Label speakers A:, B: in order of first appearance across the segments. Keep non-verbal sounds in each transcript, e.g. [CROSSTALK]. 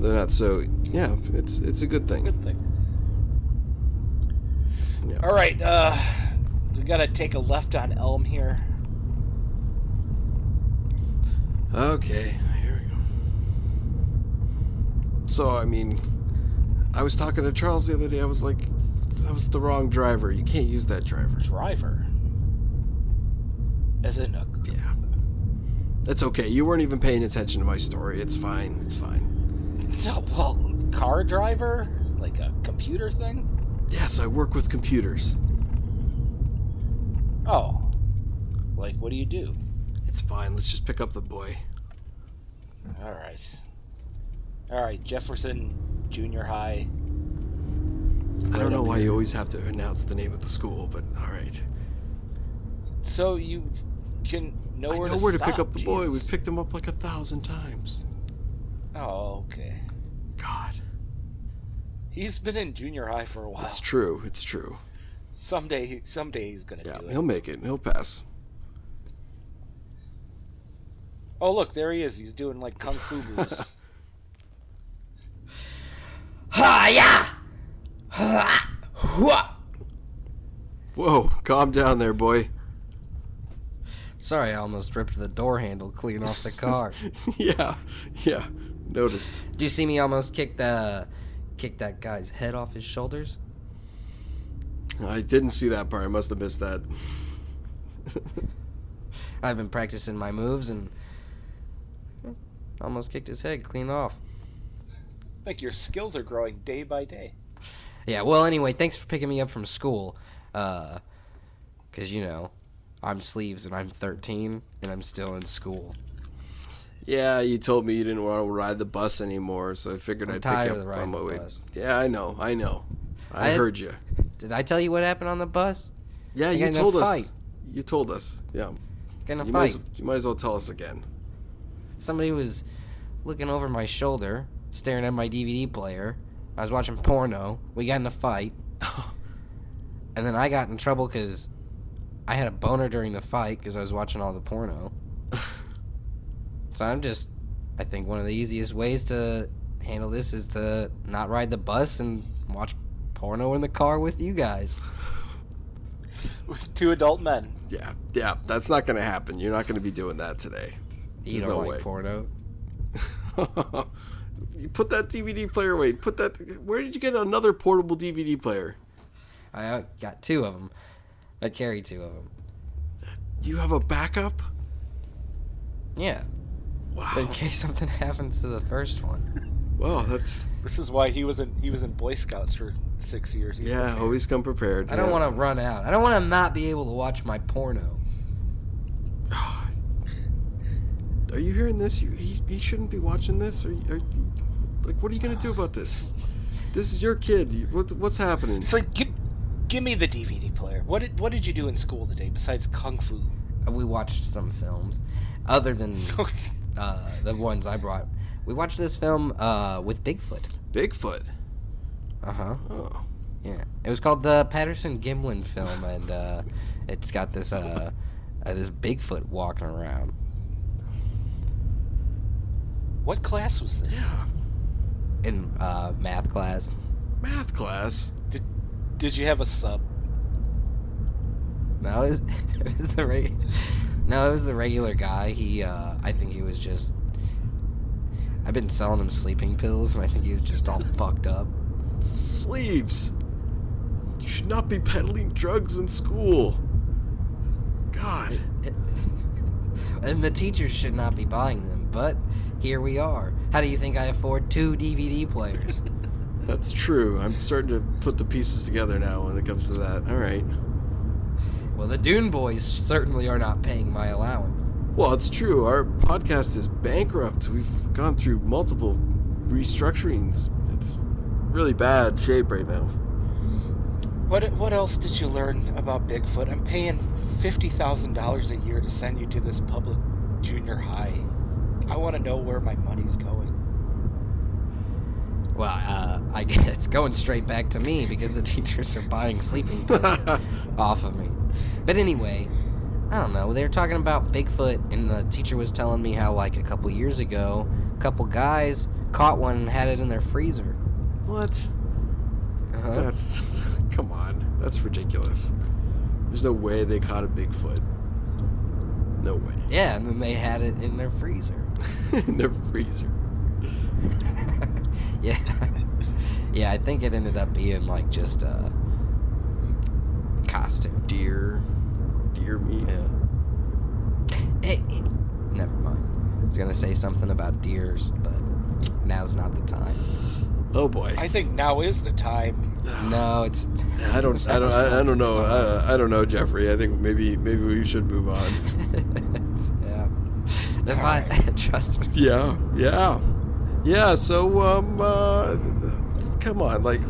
A: they're not so. Yeah, it's it's a good thing.
B: Good thing.
A: Yeah.
B: All right, uh, we gotta take a left on Elm here.
A: Okay, here we go. So, I mean, I was talking to Charles the other day. I was like, that was the wrong driver. You can't use that driver.
B: Driver. As in, a, [LAUGHS]
A: Yeah. It's okay. You weren't even paying attention to my story. It's fine. It's fine.
B: well, car driver, like a computer thing.
A: Yes, I work with computers.
B: Oh, like what do you do?
A: It's fine. Let's just pick up the boy.
B: All right, all right, Jefferson Junior High.
A: I
B: Right
A: don't know
B: up
A: why
B: here.
A: you always have to announce the name of the school, but all right.
B: So you can know
A: I
B: where
A: know
B: to
A: where to pick
B: stop,
A: up the boy. We've
B: Jesus.
A: picked him up like a thousand times.
B: Oh, okay.
A: God,
B: He's been in junior high for a while.
A: it's true. It's true.
B: Someday, he- someday he's gonna
A: Yeah,
B: do it.
A: he'll make it. He'll pass.
B: Oh, look, there he is. He's doing like kung fu
A: [LAUGHS]
B: moves.
C: Ha-ya! [LAUGHS] Ha! Hua!
A: Whoa, calm down there, boy.
C: Sorry, I almost ripped the door handle clean off the car.
A: [LAUGHS] yeah, yeah. Noticed.
C: Do you see me almost kick the kick that guy's head off his shoulders?
A: I didn't see that part. I must have missed that. [LAUGHS]
C: I've been practicing my moves and almost kicked his head clean off.
B: I think your skills are growing day by day.
C: Yeah, well, anyway, thanks for picking me up from school. Uh, cause you know, I'm sleeves and I'm 13 and I'm still in school.
A: Yeah, you told me you didn't want to ride the bus anymore, so I figured
C: I'm
A: I'd
C: tired
A: pick you
C: of
A: up
C: the ride
A: on my
C: the
A: way.
C: bus.
A: Yeah, I know. I know. I,
C: I-
A: heard you.
C: Did I tell you what happened on the bus?
A: Yeah,
C: I got
A: you
C: in a
A: told us.
C: fight.
A: You told us. Yeah.
C: Gonna
A: You might,
C: fight.
A: as, you might as well tell us again.
C: Somebody was looking over my shoulder, staring at my DVD player. I was watching porno. We got in
A: [LAUGHS]
C: a fight. And then I got in trouble because I had a boner during the fight because I was watching all
A: [LAUGHS]
C: the porno. so I'm just, I think one of the easiest ways to handle this is to not ride the bus and watch porno in the car with you guys.
B: With two adult men.
A: yeah, yeah. That's not going to happen. You're not going to be doing that today.
C: You
A: There's
C: don't
A: no
C: like
A: way.
C: porno.
A: [LAUGHS] you put that DVD player away. Put that. Where did you get another portable DVD player?
C: I uh, got two of them. I carry two of them.
A: You have a backup? [SIGHS]
C: Yeah, in
A: Wow.
C: case something [LAUGHS] happens to the first one.
A: Wow, that's
B: This is why he was in he was in Boy Scouts for six years. He's
A: yeah. oh,
B: okay.
A: Always come prepared.
C: I don't want to run out. I don't want to not be able to watch my porno.
A: to. [SIGHS] Are you hearing this? You he, he shouldn't be watching this. Or are you, like, what are you gonna do about this? This is your kid. You- What, what's happening?
B: It's like give, give me the DVD player. What did what did you do in school today besides kung fu?
C: Uh, We watched some films, other than
A: Hmm.
C: uh, the ones I brought. We watched this film uh, with Bigfoot.
A: Bigfoot.
C: Uh huh.
A: Oh,
C: Yeah. It was called the Patterson Gimlin film, and uh, it's got this uh, uh, this Bigfoot walking
B: [LAUGHS]
C: around.
B: what class was this?
A: yeah.
C: In uh, math class,
A: Math class.
B: Did you have a sub?
C: no, it was, [LAUGHS] it was the re- no, it was the regular guy. He, uh, I think he was just. I've been selling him sleeping pills, and I think he was just all fucked up.
A: Sleeves. You should not be peddling drugs in school. God.
C: and the teachers should not be buying them, but here we are. How do you think I afford two DVD players?
A: That's true. I'm starting to put the pieces together now when it comes to that. All right.
C: well, the Dune Boys certainly are not paying my allowance.
A: Well, it's true. Our podcast is bankrupt. We've gone through multiple restructurings. It's really bad shape right now. [LAUGHS]
B: What what else did you learn about Bigfoot? I'm paying fifty thousand dollars a year to send you to this public junior high. I want to know where my money's going.
C: Well, uh, I guess it's going straight back to me because the teachers are buying sleeping pills off of me. But anyway, I don't know. They were talking about Bigfoot, and the teacher was telling me how, like, a couple years ago, a couple guys caught one and had it in their freezer.
A: What?
C: Uh-huh.
A: That's [LAUGHS] come on. That's ridiculous. There's no way they caught a Bigfoot. No way. [LAUGHS]
C: Yeah, and then they had it in their freezer.
A: In their freezer.
C: [LAUGHS] yeah. Yeah, I think it ended up being like just a costume.
A: Deer. Deer meat.
C: Yeah. Hey, eh, never mind. I was gonna say something about deers, but now's not
A: [SIGHS]
C: the time.
A: Oh boy.
B: I think now is the time.
C: No, it's [LAUGHS]
A: I don't. I don't. I, I don't know. I, I don't know, Jeffrey. I think maybe maybe we should move on.
C: yeah. If
B: All
C: I
B: right.
C: [LAUGHS] trust me.
A: Yeah. Yeah. Yeah. So um. Uh, come on. Like.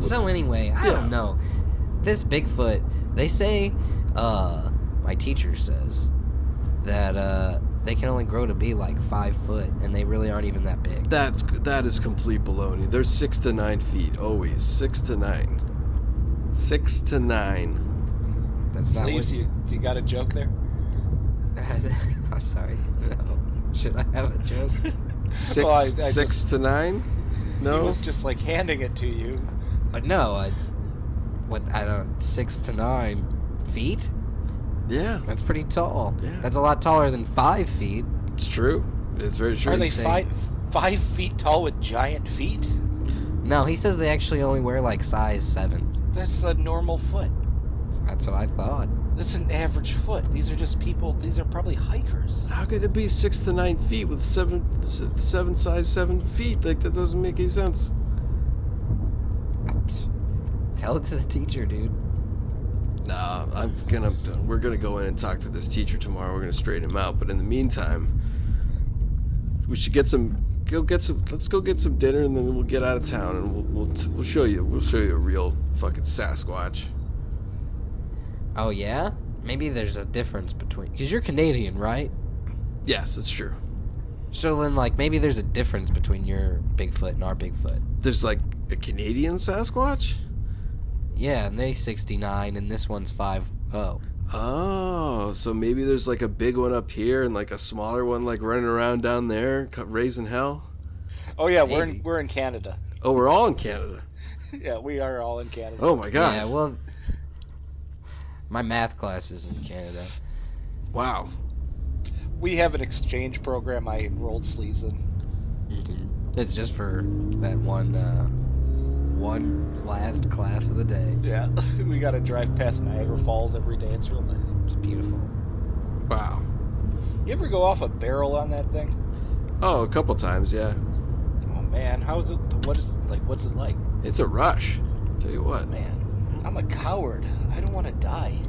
C: So anyway, I
A: Yeah.
C: don't know. This Bigfoot, they say, uh, my teacher says that uh, they can only grow to be like five foot, and they really aren't even that big.
A: That's that is complete baloney. They're six to nine feet always. Six to nine. Six to
B: [LAUGHS]
A: nine.
C: That's not
B: Sleeves,
C: what.
B: you, you got a joke there?
C: [LAUGHS] I'm sorry. No. Should I have a joke?
A: Six.
B: Well, I- I
A: six
B: just-
A: to nine. No.
B: He was just like handing it to you.
C: But Uh, no, I. What I don't six to nine feet.
A: yeah.
C: That's pretty tall.
A: Yeah.
C: That's a lot taller than five feet.
A: It's true. It's very true.
B: Are they
C: say.
B: five five feet tall with giant feet?
C: No, he says they actually only wear like size sevens.
B: That's a normal foot.
C: That's what I thought.
B: That's an average foot. These are just people. These are probably hikers.
A: How could it be six to nine feet with seven s- seven size seven feet? Like that doesn't make any sense.
C: Tell it to the teacher, dude.
A: Nah, I'm gonna. We're gonna go in and talk to this teacher tomorrow. We're gonna straighten him out. But in the meantime, we should get some. Go get some. Let's go get some dinner, and then we'll get out of town, and we'll we'll, t- we'll show you. We'll show you a real fucking Sasquatch.
C: Oh yeah? Maybe there's a difference between because you're Canadian, right?
A: Yes, it's true.
C: So then, like, maybe there's a difference between your Bigfoot and our Bigfoot.
A: There's like a Canadian Sasquatch.
C: Yeah, and they 69, and this one's five oh.
A: Oh, so maybe there's like a big one up here, and like a smaller one like running around down there, cu- raising hell.
B: Oh yeah, we're in,
C: Maybe.
B: we're in Canada. [LAUGHS]
A: Oh, we're all in Canada.
B: Yeah, we are all in Canada.
A: Oh my god.
C: Yeah, well, my math class is in Canada.
A: Wow.
B: We have an exchange program I enrolled sleeves in.
C: It's just for that one, uh, one last class of the day.
B: Yeah, [LAUGHS] we got to drive past Niagara Falls every day. It's real nice.
C: It's beautiful.
A: Wow.
B: You ever go off a barrel on that thing?
A: Oh, a couple times, yeah.
B: Oh man, how is it? What is like? What's it like?
A: It's a rush. Tell you what.
B: Man, I'm a coward. I don't want to die. [LAUGHS]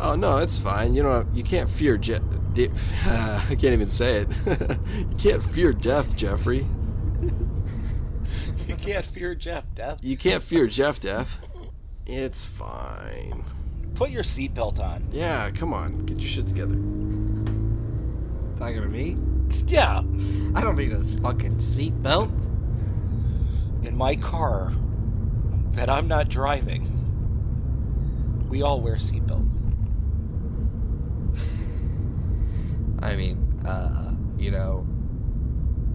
A: Oh no, it's fine. You know you can't fear Je- de- [LAUGHS] I can't even say it. [LAUGHS] you can't fear death, Jeffrey.
B: You can't fear Jeff death.
A: You can't fear Jeff death. It's fine.
B: Put your seatbelt on.
A: Yeah, come on, get your shit together.
C: Talking to me?
B: Yeah,
C: I don't need a fucking seatbelt.
B: in my car that I'm not driving. We all wear seatbelts.
C: I mean, uh, you know,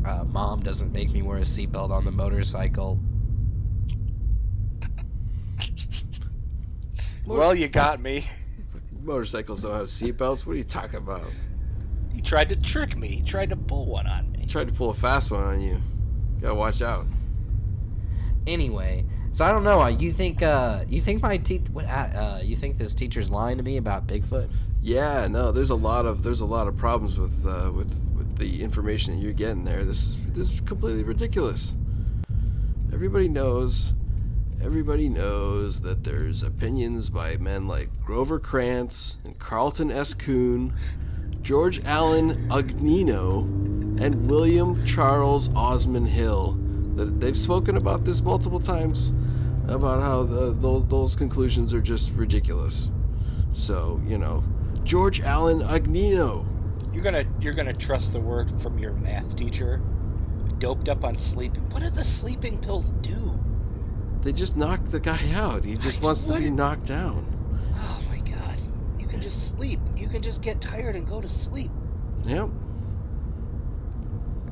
C: uh, mom doesn't make me wear a seatbelt on the motorcycle.
A: Motor-
B: Well, you got me.
A: Motorcycles don't have seatbelts. What are you talking about?
B: He tried to trick me. He tried to pull one on me.
A: Tried to pull a fast one on you. Gotta watch out.
C: Anyway, so I don't know. uh, You think, uh, you think my te- what, uh, uh, you think this teacher's lying to me about Bigfoot?
A: Yeah, no, there's a lot of there's a lot of problems with uh, with with the information that you're getting there. This is this is completely ridiculous. Everybody knows, everybody knows that there's opinions by men like Grover Krantz and Carlton S. Kuhn, George Allen Agnino, and William Charles Osman Hill. That they've spoken about this multiple times, about how the, those, those conclusions are just ridiculous. So you know, George Allen Agnino.
B: You're gonna you're gonna trust the word from your math teacher. Doped up on sleep. What do the sleeping pills do?
A: They just knocked the guy out. He just wants to be
B: What?
A: knocked down.
B: Oh my god. You can just sleep. You can just get tired and go to sleep.
A: Yep.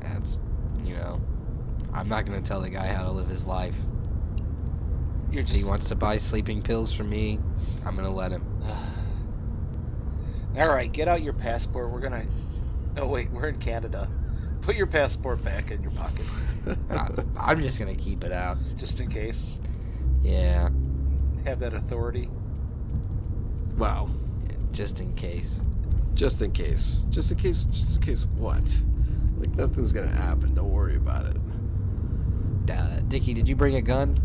C: That's, you know, I'm not gonna tell the guy how to live his life.
B: You're
C: If
B: just.
C: he wants to buy sleeping pills from me, I'm gonna let him.
B: All right, get out your passport. We're gonna. No, wait, we're in Canada. Put your passport back in your pocket,
C: I, Uh, I'm just gonna keep it out.
B: just in case.
C: Yeah.
B: Have that authority.
A: wow.
C: Just in case.
A: Just in case. Just in case. Just in case what? Like nothing's gonna happen. Don't worry about it.
C: Uh, Dickie, did you bring a gun?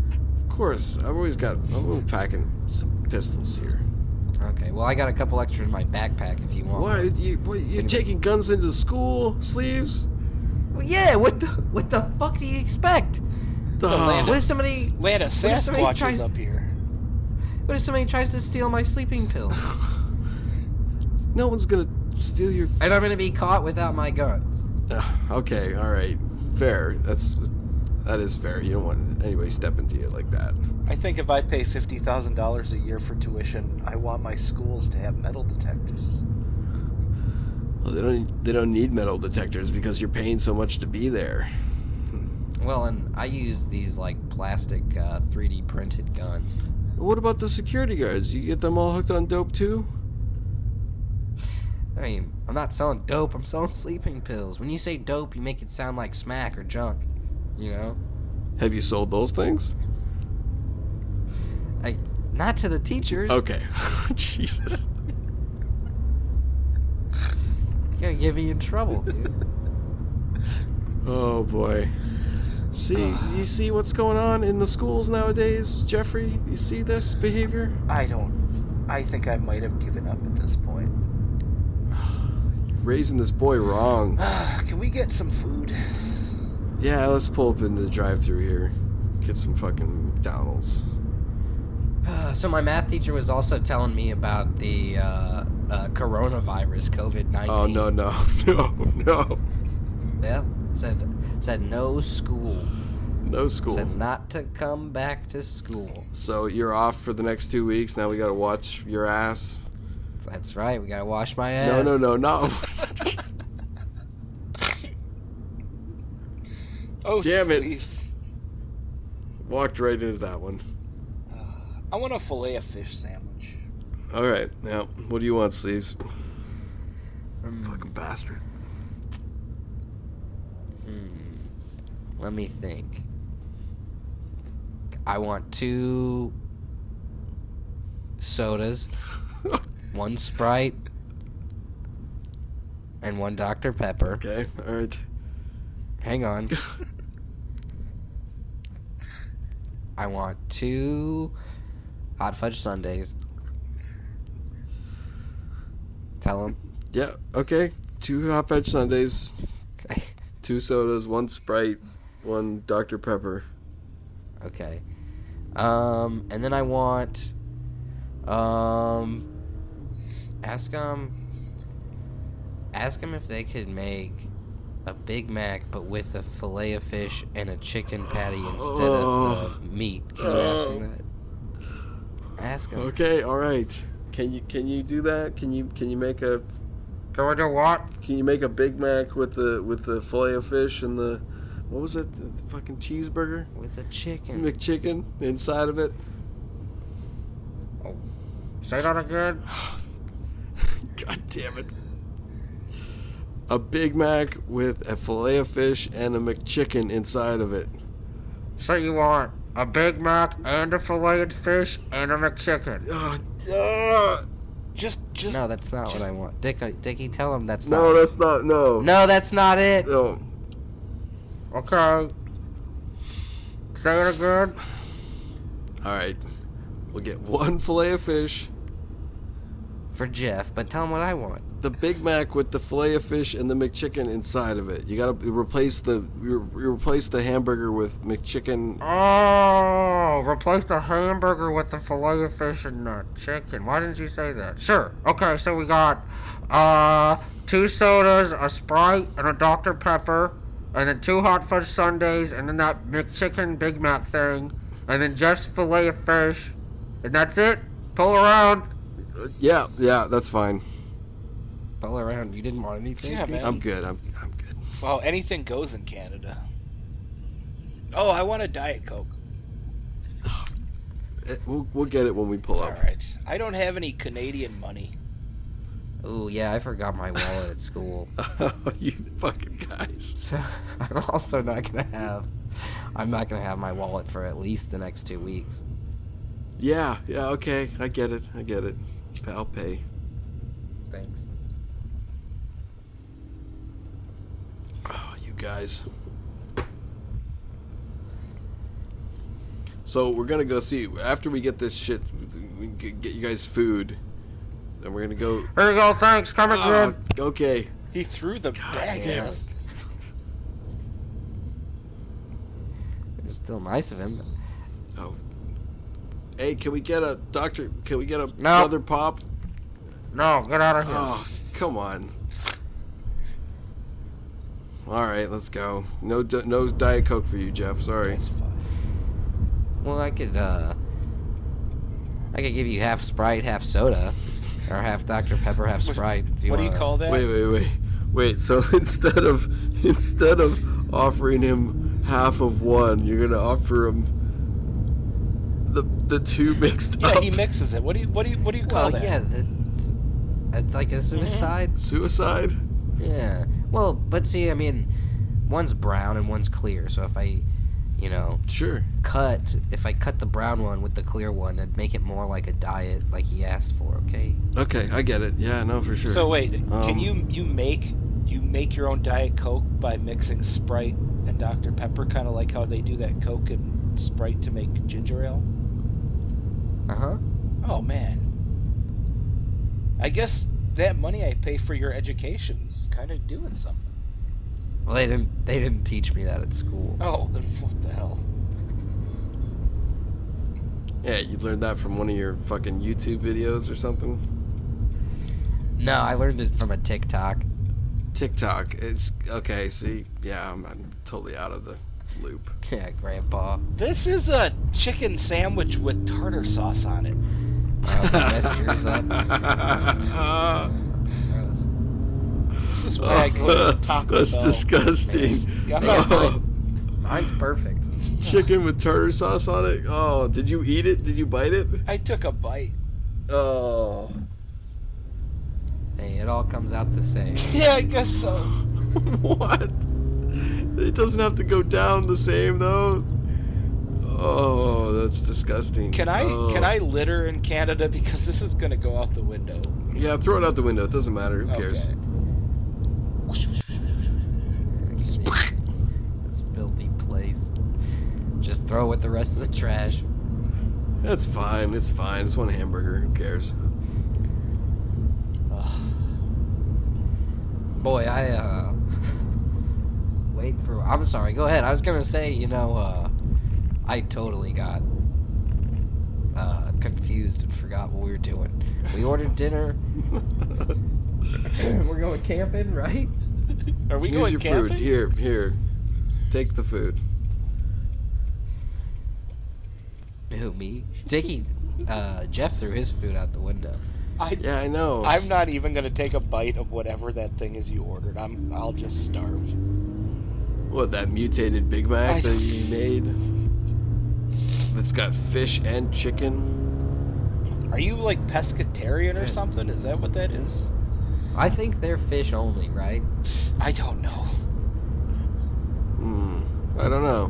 A: Of course, I've always got. I'm always packing some pistols here.
C: Okay. Well, I got a couple extra in my backpack if you want.
A: Why you? What, you're taking guns into the school sleeves?
C: Well, yeah. What the What the fuck do you expect?
A: The
B: Landon.
C: What if somebody
B: Land a
C: if somebody
B: Sasquatch
C: tries-
B: is up here.
C: What if somebody tries to steal my sleeping pills?
A: no one's gonna steal your.
C: [LAUGHS] and I'm gonna be caught without my guns.
A: Ah, okay, all right, fair. That's that is fair. You don't want anybody step into you like that.
B: I think if I pay fifty thousand dollars a year for tuition, I want my schools to have metal detectors.
A: Well, they don't. e, They don't need metal detectors because you're paying so much to be there.
C: Well, and I use these like plastic uh, 3D printed guns.
A: What about the security guards? You get them all hooked on dope too?
C: I mean, I'm not selling dope. I'm selling sleeping pills. When you say dope, you make it sound like smack or junk. You know,
A: Have you sold those things?
C: like not to the teachers.
A: Okay. [LAUGHS] Jesus.
C: It's gonna get me in trouble, [LAUGHS] dude.
A: Oh boy. See, you see what's going on in the schools nowadays, Jeffrey? You see this behavior?
B: I don't. I think I might have given up at this point. [SIGHS]
A: You're raising this boy wrong.
B: Can we get
A: [LAUGHS]
B: some food? [LAUGHS]
A: Yeah, let's pull up into the drive-through here. Get some fucking McDonald's.
C: Uh, so my math teacher was also telling me about the uh, uh, coronavirus, COVID nineteen.
A: Oh no, no, [LAUGHS] no, no.
C: Yeah, said said no school.
A: No school.
C: Said not to come back to school.
A: So you're off for the next two weeks. Now we gotta watch your ass.
C: That's right. We gotta wash my ass.
A: No, no, no, no.
B: Oh,
A: Damn it.
B: sleeves.
A: [LAUGHS] Walked right into that one.
B: I want a fillet of fish sandwich.
A: All right. Now, what do you want, Sleeves?
C: Mm,
A: Fucking bastard.
C: hmm. Let me think. I want two sodas, one Sprite, and one Dr Pepper.
A: [LAUGHS] okay. All right. [LAUGHS]
C: Hang on. I want two hot fudge sundaes. Tell him.
A: Yeah. Okay. Two hot fudge sundaes,
C: Okay.
A: two sodas, one Sprite, one Dr Pepper.
C: Okay. Um, and then I want, um, ask them, ask them if they could make a Big Mac, but with a fillet of fish and a chicken patty instead of the meat. Can you ask them that? Ask them.
A: Okay. All right. Can you can you do that? Can you can you make a
C: Can we do what?
A: can you make a Big Mac with the with the fillet of fish and the what was it? The fucking cheeseburger,
C: With a chicken.
A: McChicken inside of it.
C: Say that again.
A: God damn it. A Big Mac with a fillet of fish and a McChicken inside of it.
C: So you want a Big Mac and a filleted fish and a McChicken.
A: Ah, ah.
B: Just, just.
C: No, that's not what I want. Dick, Dickie, tell him that's
A: no,
C: not.
A: that's not. No.
C: No, that's not it.
A: No.
C: Okay. Say it again.
A: All right. We'll get one fillet of fish,
C: For Jeff, but tell him what I want.
A: the Big Mac with the fillet of fish and the McChicken inside of it. You gotta replace the you re- you replace the hamburger with McChicken.
C: Oh, replace the hamburger with the filet of fish and the chicken. Why didn't you say that? Sure. Okay, so we got uh two sodas, a Sprite, and a Dr Pepper, and then two hot fudge sundaes, and then that McChicken Big Mac thing, and then just filet of fish, and that's it. Pull around.
A: Yeah, yeah, that's fine.
C: Pull around. You didn't want anything.
B: Yeah, man.
A: I'm good. I'm I'm good.
B: Wow, anything goes in Canada. Oh, I want a Diet Coke.
A: Eh, We'll, we'll get it when we pull
B: All
A: up.
B: right. I don't have any Canadian money.
C: Oh yeah, I forgot my wallet at school, [LAUGHS]
A: Oh, [LAUGHS] you fucking guys.
C: so I'm also not gonna have. I'm not gonna have my wallet for at least the next two weeks.
A: Yeah, yeah, okay. I get it. I get it. I'll pay.
C: Thanks.
A: Oh, you guys. So we're gonna go see after we get this shit. We g- get you guys food, and we're gonna go.
C: Here you go. Thanks, Kermit.
B: Uh,
A: Ah, okay.
B: He threw the
A: God
B: bag
A: damn
B: at
A: it.
B: us.
C: It's still nice of him. but-
A: Oh. Hey, can we get a doctor? Can we get a
C: No.
A: another pop?
C: No, get out of here.
B: Uh.
A: Oh, come on. All right, let's go. No, di- no diet coke for you, Jeff. Sorry.
B: That's fine.
C: Well, I could, uh, I could give you half Sprite, half soda, or half Dr Pepper, half
B: What-
C: Sprite. If you
B: what do you
C: wanna-
B: call that?
A: Wait, wait, wait, wait. So [LAUGHS] instead of instead of offering him half of one, you're gonna offer him the the two [LAUGHS] mixed
B: Yeah,
A: up.
B: he mixes it. What do you what do you what do you call
C: Well,
B: that? Mm-hmm.
C: yeah, that's, that's like a suicide.
A: Suicide.
C: Yeah. Well, but see, I mean, one's brown and one's clear. So if I, you know,
A: Sure.
C: cut if I cut the brown one with the clear one, it'd make it more like a diet, like he asked for. Okay.
A: Okay, I get it. Yeah, no, for sure.
B: So wait,
A: Um,
B: can you you make you make your own diet coke by mixing Sprite and Dr Pepper, kind of like how they do that Coke and Sprite to make ginger ale?
C: Uh huh.
B: Oh man, I guess that money I pay for your education's kind of doing something.
C: Well, they didn't they didn't teach me that
B: [LAUGHS]
C: at school.
B: Oh, then what the hell?
A: yeah, you learned that from one of your fucking YouTube videos or something.
C: No, I learned it from a TikTok. [LAUGHS]
A: TikTok. It's okay. See, yeah, I'm, I'm totally out of the loop.
C: Yeah, grandpa.
B: This is a chicken sandwich with tartar sauce on it.
C: Uh, mess
A: [LAUGHS]
C: yours
B: [LAUGHS]
C: up. Gross.
B: This is why I
A: [LAUGHS]
B: go to Taco
A: That's
B: Bell.
A: disgusting.
B: Yeah, I'm not
A: Oh.
C: Mine's perfect.
A: chicken with tartar sauce on it. Oh, did you eat it? Did you bite it?
B: I took a bite. [LAUGHS]
A: Oh. [LAUGHS]
C: Hey, it all comes out the same.
B: Yeah, I guess so.
A: what? It doesn't have to go down the same though. Oh, that's disgusting.
B: Can I
A: Oh.
B: can I litter in Canada because this is gonna go out the window?
A: Yeah, throw it out the window. It doesn't matter. Who cares?
B: Okay.
C: this filthy place. Just throw with the rest of the trash.
A: That's fine. It's fine. It's one hamburger. Who cares?
B: Ugh.
C: Boy, I uh wait for I'm sorry, go ahead. I was gonna say, you know, uh I totally got uh confused and forgot what we were doing. We ordered dinner and [COUGHS] we're going camping, right?
B: Are [LAUGHS] we
A: Here's
B: going
A: your
B: camping?
A: food. Here, here. Take the food.
C: Who me? Dickie uh Jeff threw his food out the window.
B: I
A: Yeah, I know.
B: I'm not even gonna take a bite of whatever that thing is you ordered. I'm I'll just starve.
A: What that mutated Big Mac
B: I-
A: that you made? That's got fish and chicken.
B: Are you like pescatarian or
C: Good.
B: something? Is that what that is?
C: I think they're fish only, right?
B: I don't know. [LAUGHS]
A: Hmm. I don't know.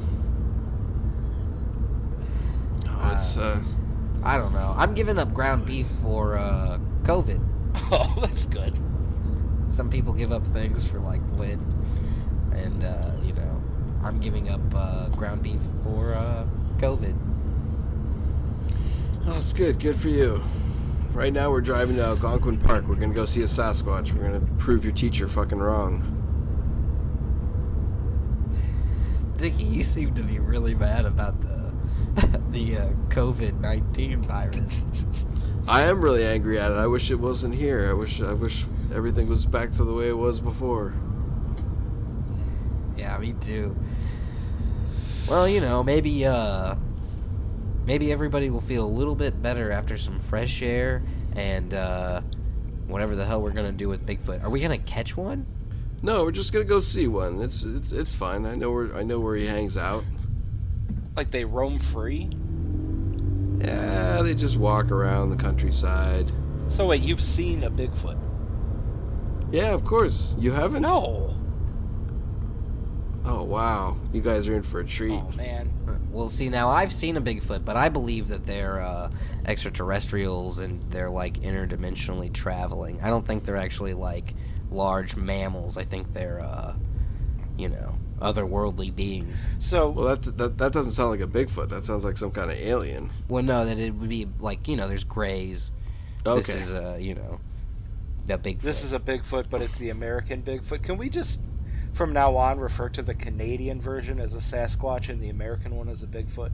A: No, it's uh.
C: I don't know. I'm giving up ground beef for uh COVID.
B: Oh, that's good.
C: some people give up things for like lint and uh, you know i'm giving up uh, ground beef for uh, covid
A: Oh, it's good. Good for you. Right now we're driving to Algonquin Park. We're gonna go see a Sasquatch. We're gonna prove your teacher fucking wrong.
C: dickie you seem to be really mad about the [LAUGHS] the uh, covid-19 virus
A: I am really angry at it. I wish it wasn't here. I wish I wish everything was back to the way it was before.
C: yeah me too well you know maybe uh maybe everybody will feel a little bit better after some fresh air and uh whatever the hell we're gonna do with bigfoot are we gonna catch one
A: No, we're just gonna go see one. It's it's, it's fine. I know where I know where he hangs out.
B: Like they roam free?
A: Yeah, they just walk around the countryside.
B: So wait, you've seen a Bigfoot?
A: Yeah, of course. You haven't?
B: No.
A: Oh, wow. You guys are in for a treat.
B: Oh man.
C: Well, see, now I've seen a Bigfoot, but I believe that they're uh, extraterrestrials and they're like interdimensionally traveling. I don't think they're actually like large mammals. I think they're, uh, you know, otherworldly beings.
B: So
A: Well, that, that that doesn't sound like a Bigfoot. That sounds like some kind of alien.
C: Well, no, that it would be like, you know, there's grays.
A: Okay.
C: This is, uh, you know, the Bigfoot.
B: This is a Bigfoot, but it's the American Bigfoot. Can we just, from now on, refer to the Canadian version as a Sasquatch and the American one as a Bigfoot?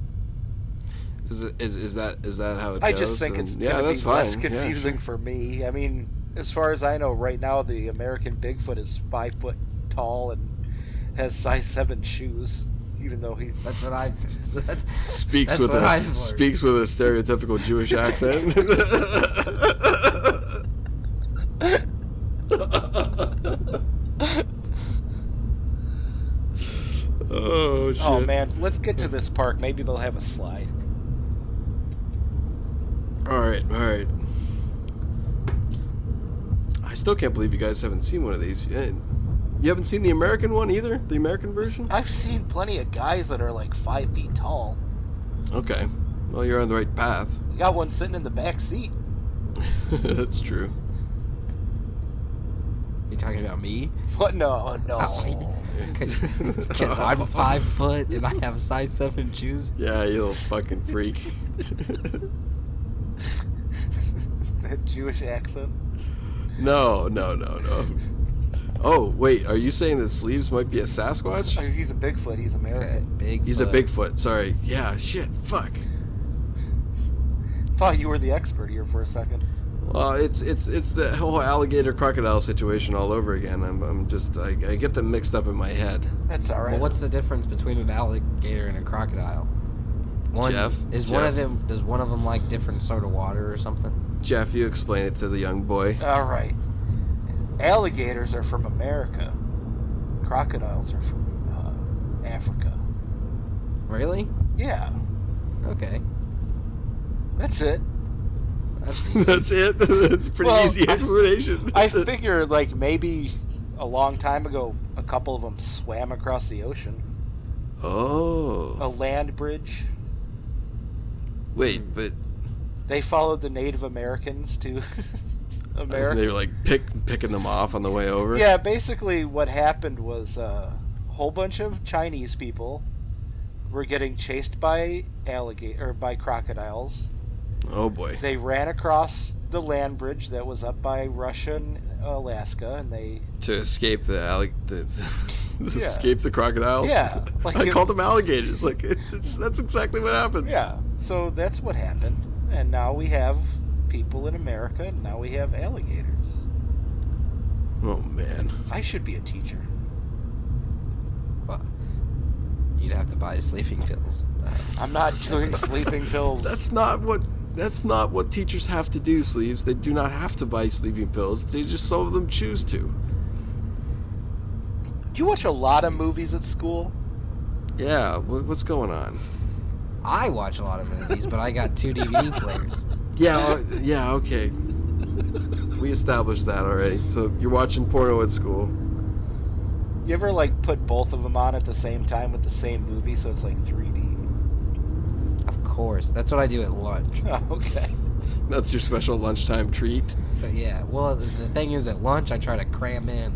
A: Is, it, is is that is that how it
B: I
A: goes?
B: just think
A: Then-
B: it's
A: yeah,
B: gonna
A: that's
B: be less
A: fine. Yeah,
B: confusing for me. I mean, as far as I know, right now the American Bigfoot is five foot tall and has size seven shoes, even though he's
A: [LAUGHS]
C: That's what I've. [LAUGHS] That's,
A: Speaks
C: that's
A: with
C: what
A: a
C: I've learned.
A: speaks with a stereotypical
C: [LAUGHS]
A: Jewish accent. [LAUGHS] oh shit!
B: Oh man, let's get to this park. Maybe they'll have a slide.
A: All right, all right. I still can't believe you guys haven't seen one of these. Yeah, You haven't seen the American one either, the American version.
B: I've seen plenty of guys that are like five feet tall.
A: Okay, well you're on the right path. [LAUGHS]
B: We got one sitting in the back seat. [LAUGHS]
A: That's true.
C: You're talking about me?
B: What? No, no.
C: [LAUGHS] Because Oh. I'm five foot and I have size
A: [LAUGHS]
C: seven shoes.
A: Yeah, you little fucking freak.
B: [LAUGHS]
A: [LAUGHS]
B: That Jewish accent.
A: no, no, no, no. Oh wait, are you saying that Sleeves might be a
B: Oh,
A: Sasquatch?
B: He's a Bigfoot. He's American.
C: Big.
A: He's a Bigfoot. Sorry. Yeah. Shit. Fuck.
B: Thought you were the expert here for a second.
A: Well, it's it's it's the whole alligator crocodile situation all over again. I'm I'm just I, I get them mixed up in my head.
B: That's all right.
C: Well, what's the difference between an alligator and a crocodile? One
A: Jeff,
C: is one of
A: Jeff.
C: them. Does one of them like different soda water or something?
A: Jeff, you explain it to the young boy. [LAUGHS]
B: All right. Alligators are from America. Crocodiles are from uh, Africa.
C: Really?
B: Yeah,
C: Okay.
B: that's it.
C: That's easy.
A: That's it. [LAUGHS] That's a pretty
B: Well,
A: easy
B: I-
A: explanation. [LAUGHS]
B: I figure like maybe a long time ago, a couple of them swam across the ocean, a
A: oh.
B: land bridge.
A: Wait, but
B: They followed the Native Americans to [LAUGHS] America.
A: they were like pick picking them off on the way over.
B: Yeah, basically what happened was uh, a whole bunch of Chinese people were getting chased by alligator or by crocodiles.
A: Oh boy.
B: They ran across the land bridge that was up by Russia and Alaska, and they
A: to escape the allig- the, [LAUGHS] to
B: Yeah.
A: escape the crocodiles.
B: Yeah, like
A: I
B: you-
A: called them alligators. Like it's, that's exactly what happens.
B: yeah. So that's what happened, and now we have people in America, and now we have alligators.
A: Oh man.
B: I should be a teacher.
C: You'd have to buy sleeping pills. Uh,
B: I'm not
A: [LAUGHS]
B: doing sleeping pills.
A: That's not what. That's not what teachers have to do, Sleeves. They do not have to buy sleeping pills. They just some of them choose to.
B: Do you watch a lot of movies at school?
A: Yeah. What, what's going on?
C: I watch a lot of movies, but I got two DVD players.
A: Yeah.
B: [LAUGHS]
A: uh, yeah. Okay. We established that already. So you're watching porno at school.
B: You ever like put both of them on at the same time with the same movie, so it's like [LAUGHS] 3D?
C: Of course, that's what I do at lunch.
B: Oh, okay.
A: That's your special lunchtime treat.
C: But yeah, well, the, the thing is, at lunch I try to cram in,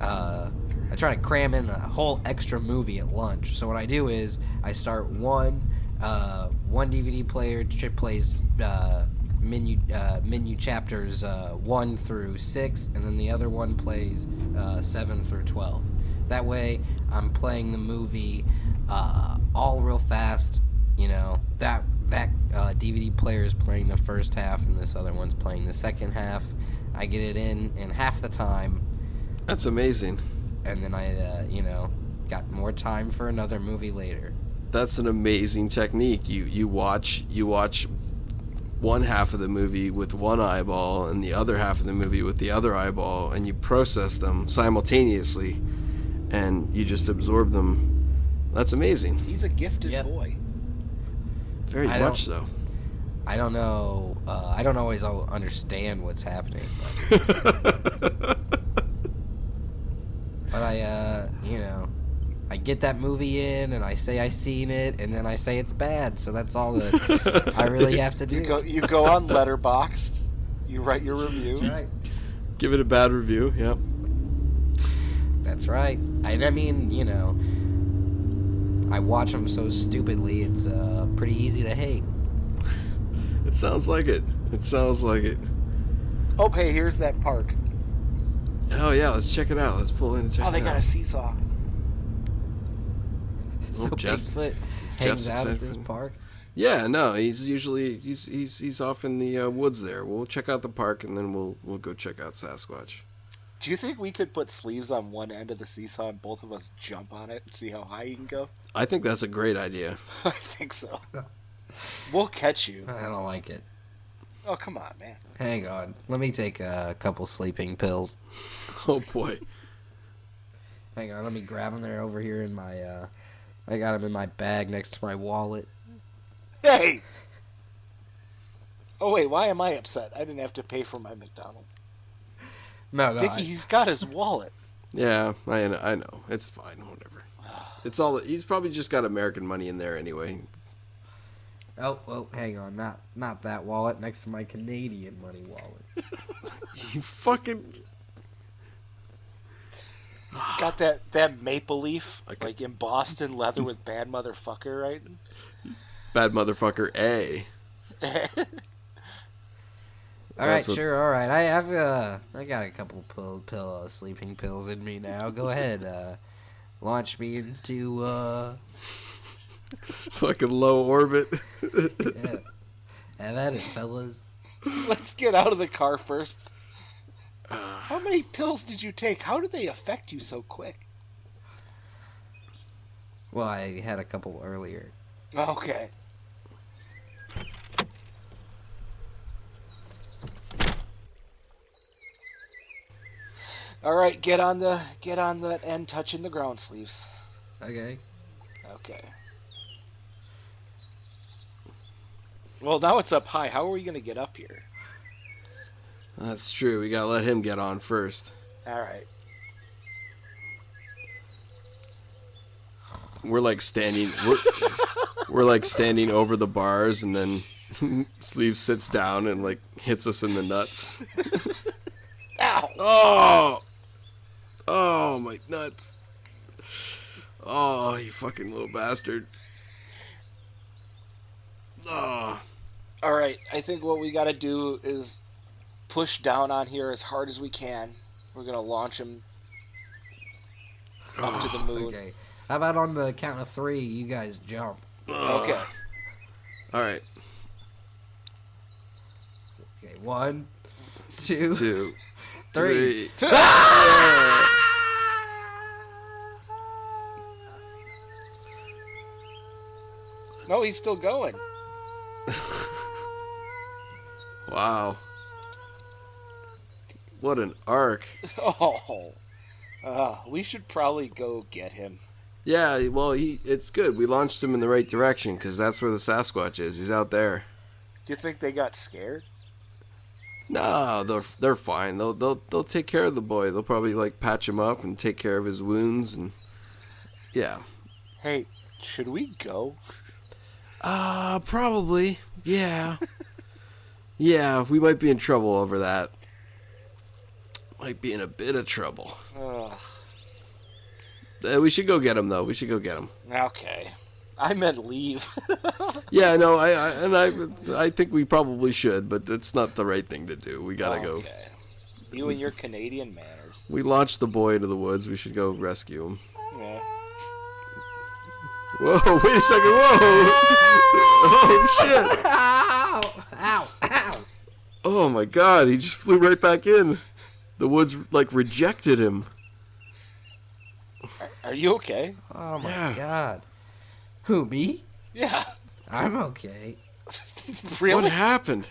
C: uh, I try to cram in a whole extra movie at lunch. So what I do is I start one, uh, one DVD player. Chip plays uh, menu uh, menu chapters uh, one through six, and then the other one plays uh, seven through twelve. That way, I'm playing the movie uh, all real fast. You know that that uh, DVD player is playing the first half, and this other one's playing the second half. I get it in in half the time,
A: That's amazing.
C: and then I, uh, you know, got more time for another movie later.
A: That's an amazing technique. You you watch you watch one half of the movie with one eyeball and the other half of the movie with the other eyeball and you process them simultaneously and you just absorb them That's amazing.
B: He's a gifted
C: Yep.
B: boy.
A: Very
C: I
A: much so.
C: I don't know. Uh, I don't always al- understand what's happening, but I, uh, you know, I get that movie in, and I say I seen it, and then I say it's bad. So that's all that I really have
A: [LAUGHS]
C: to do.
B: You go you go on Letterboxd, you write your review.
C: That's right.
A: [LAUGHS] Give it a bad review. Yep.
C: That's right. And I mean, you know, I watch them so stupidly. It's uh, pretty easy to hate. [LAUGHS]
A: It sounds like it. It sounds like it.
B: Oh, hey, here's that park.
A: Oh yeah, let's check it out. Let's pull in and check
B: Oh, they
A: it
B: got a
C: [LAUGHS]
A: out.
B: seesaw.
C: So
A: Jeff-
C: Bigfoot hangs
A: Jeff's
C: out
A: excited
C: at
A: for
C: this
A: them.
C: park.
A: Yeah, no, he's usually he's he's he's off in the uh, woods there. We'll check out the park and then we'll we'll go check out Sasquatch.
B: Do you think we could put sleeves on one end of the seesaw and both of us jump on it and see how high you can go? [LAUGHS]
A: I think that's a great idea. [LAUGHS]
B: I think so. We'll catch you.
C: I don't like it.
B: Oh, come on, man.
C: Hang on. Let me take uh, a couple sleeping pills.
A: Oh boy.
C: Hang on. Let me grab them. They're over here in my. Uh, I got them in my bag next to my wallet.
B: Hey! Oh, wait, why am I upset? I didn't have to pay for my McDonald's.
C: No, no.
B: Dickie,
C: I,
B: he's got his wallet.
A: Yeah, I know, I know. It's fine, whatever. It's all he's probably just got American money in there anyway. [LAUGHS]
C: oh, oh, hang on. Not, not that wallet. Next to my Canadian money wallet.
A: You fucking
B: It's got that, that maple leaf,
A: Okay.
B: like embossed in leather with bad motherfucker, right?
A: bad motherfucker A. [LAUGHS]
C: All right,
A: That's what-
C: sure. All right, I have uh, I got a couple pill, pill uh, sleeping pills in me now. Go ahead, uh, launch me into uh,
A: Fucking low orbit. [LAUGHS]
C: yeah. have at it, fellas.
B: Let's get out of the car first. How many pills did you take? How did they affect you so quick?
C: Well, I had a couple earlier.
B: Okay. All right, get on the get on the end, touching the ground sleeves.
C: Okay.
B: Okay. Well, now it's up high. How are we gonna get up here?
A: That's true. We got to let him get on first.
B: All right.
A: We're like standing we're, we're like standing over the bars and then [LAUGHS] Sleeve sits down and like hits us in the nuts.
B: Ow!
A: Oh, oh my nuts! Oh, you fucking little bastard! Oh,
B: All right, I think what we got to do is push down on here as hard as we can. We're gonna launch him up
A: oh.
B: to the moon.
C: Okay. How about on the count of three, you guys jump?
B: Okay.
A: All right,
C: Okay. One, two,
A: two,
C: three.
A: three.
B: No, he's still going. [LAUGHS]
A: Wow, what an arc!
B: Oh, uh, we should probably go get him.
A: Yeah, well, he it's good. We launched him in the right direction because that's where the Sasquatch is. He's out there.
B: Do you think they got scared?
A: No, they're they're fine. They'll they'll they'll take care of the boy. They'll probably like patch him up and take care of his wounds and yeah.
B: Hey, should we go?
A: Uh probably. Yeah. yeah, we might be in trouble over that. Might be in a bit of trouble.
B: Ugh.
A: Uh, we should go get him though. We should go get him.
B: okay, I meant leave. [LAUGHS]
A: Yeah, no, I, I and I I think we probably should, but it's not the right thing to do. We gotta go.
B: Oh, Okay. You and your Canadian manners.
A: We launched the boy into the woods. We should go rescue him.
B: Yeah.
A: Whoa! [LAUGHS] Wait a second! Whoa! [LAUGHS] oh shit!
C: [LAUGHS] Ow! Ow! Ow!
A: Oh my god, he just flew right back in. The woods like rejected him.
B: Are, are you okay?
C: Oh my
A: Yeah.
C: god. Who me?
B: Yeah. [LAUGHS]
C: I'm okay.
B: really?
A: What happened?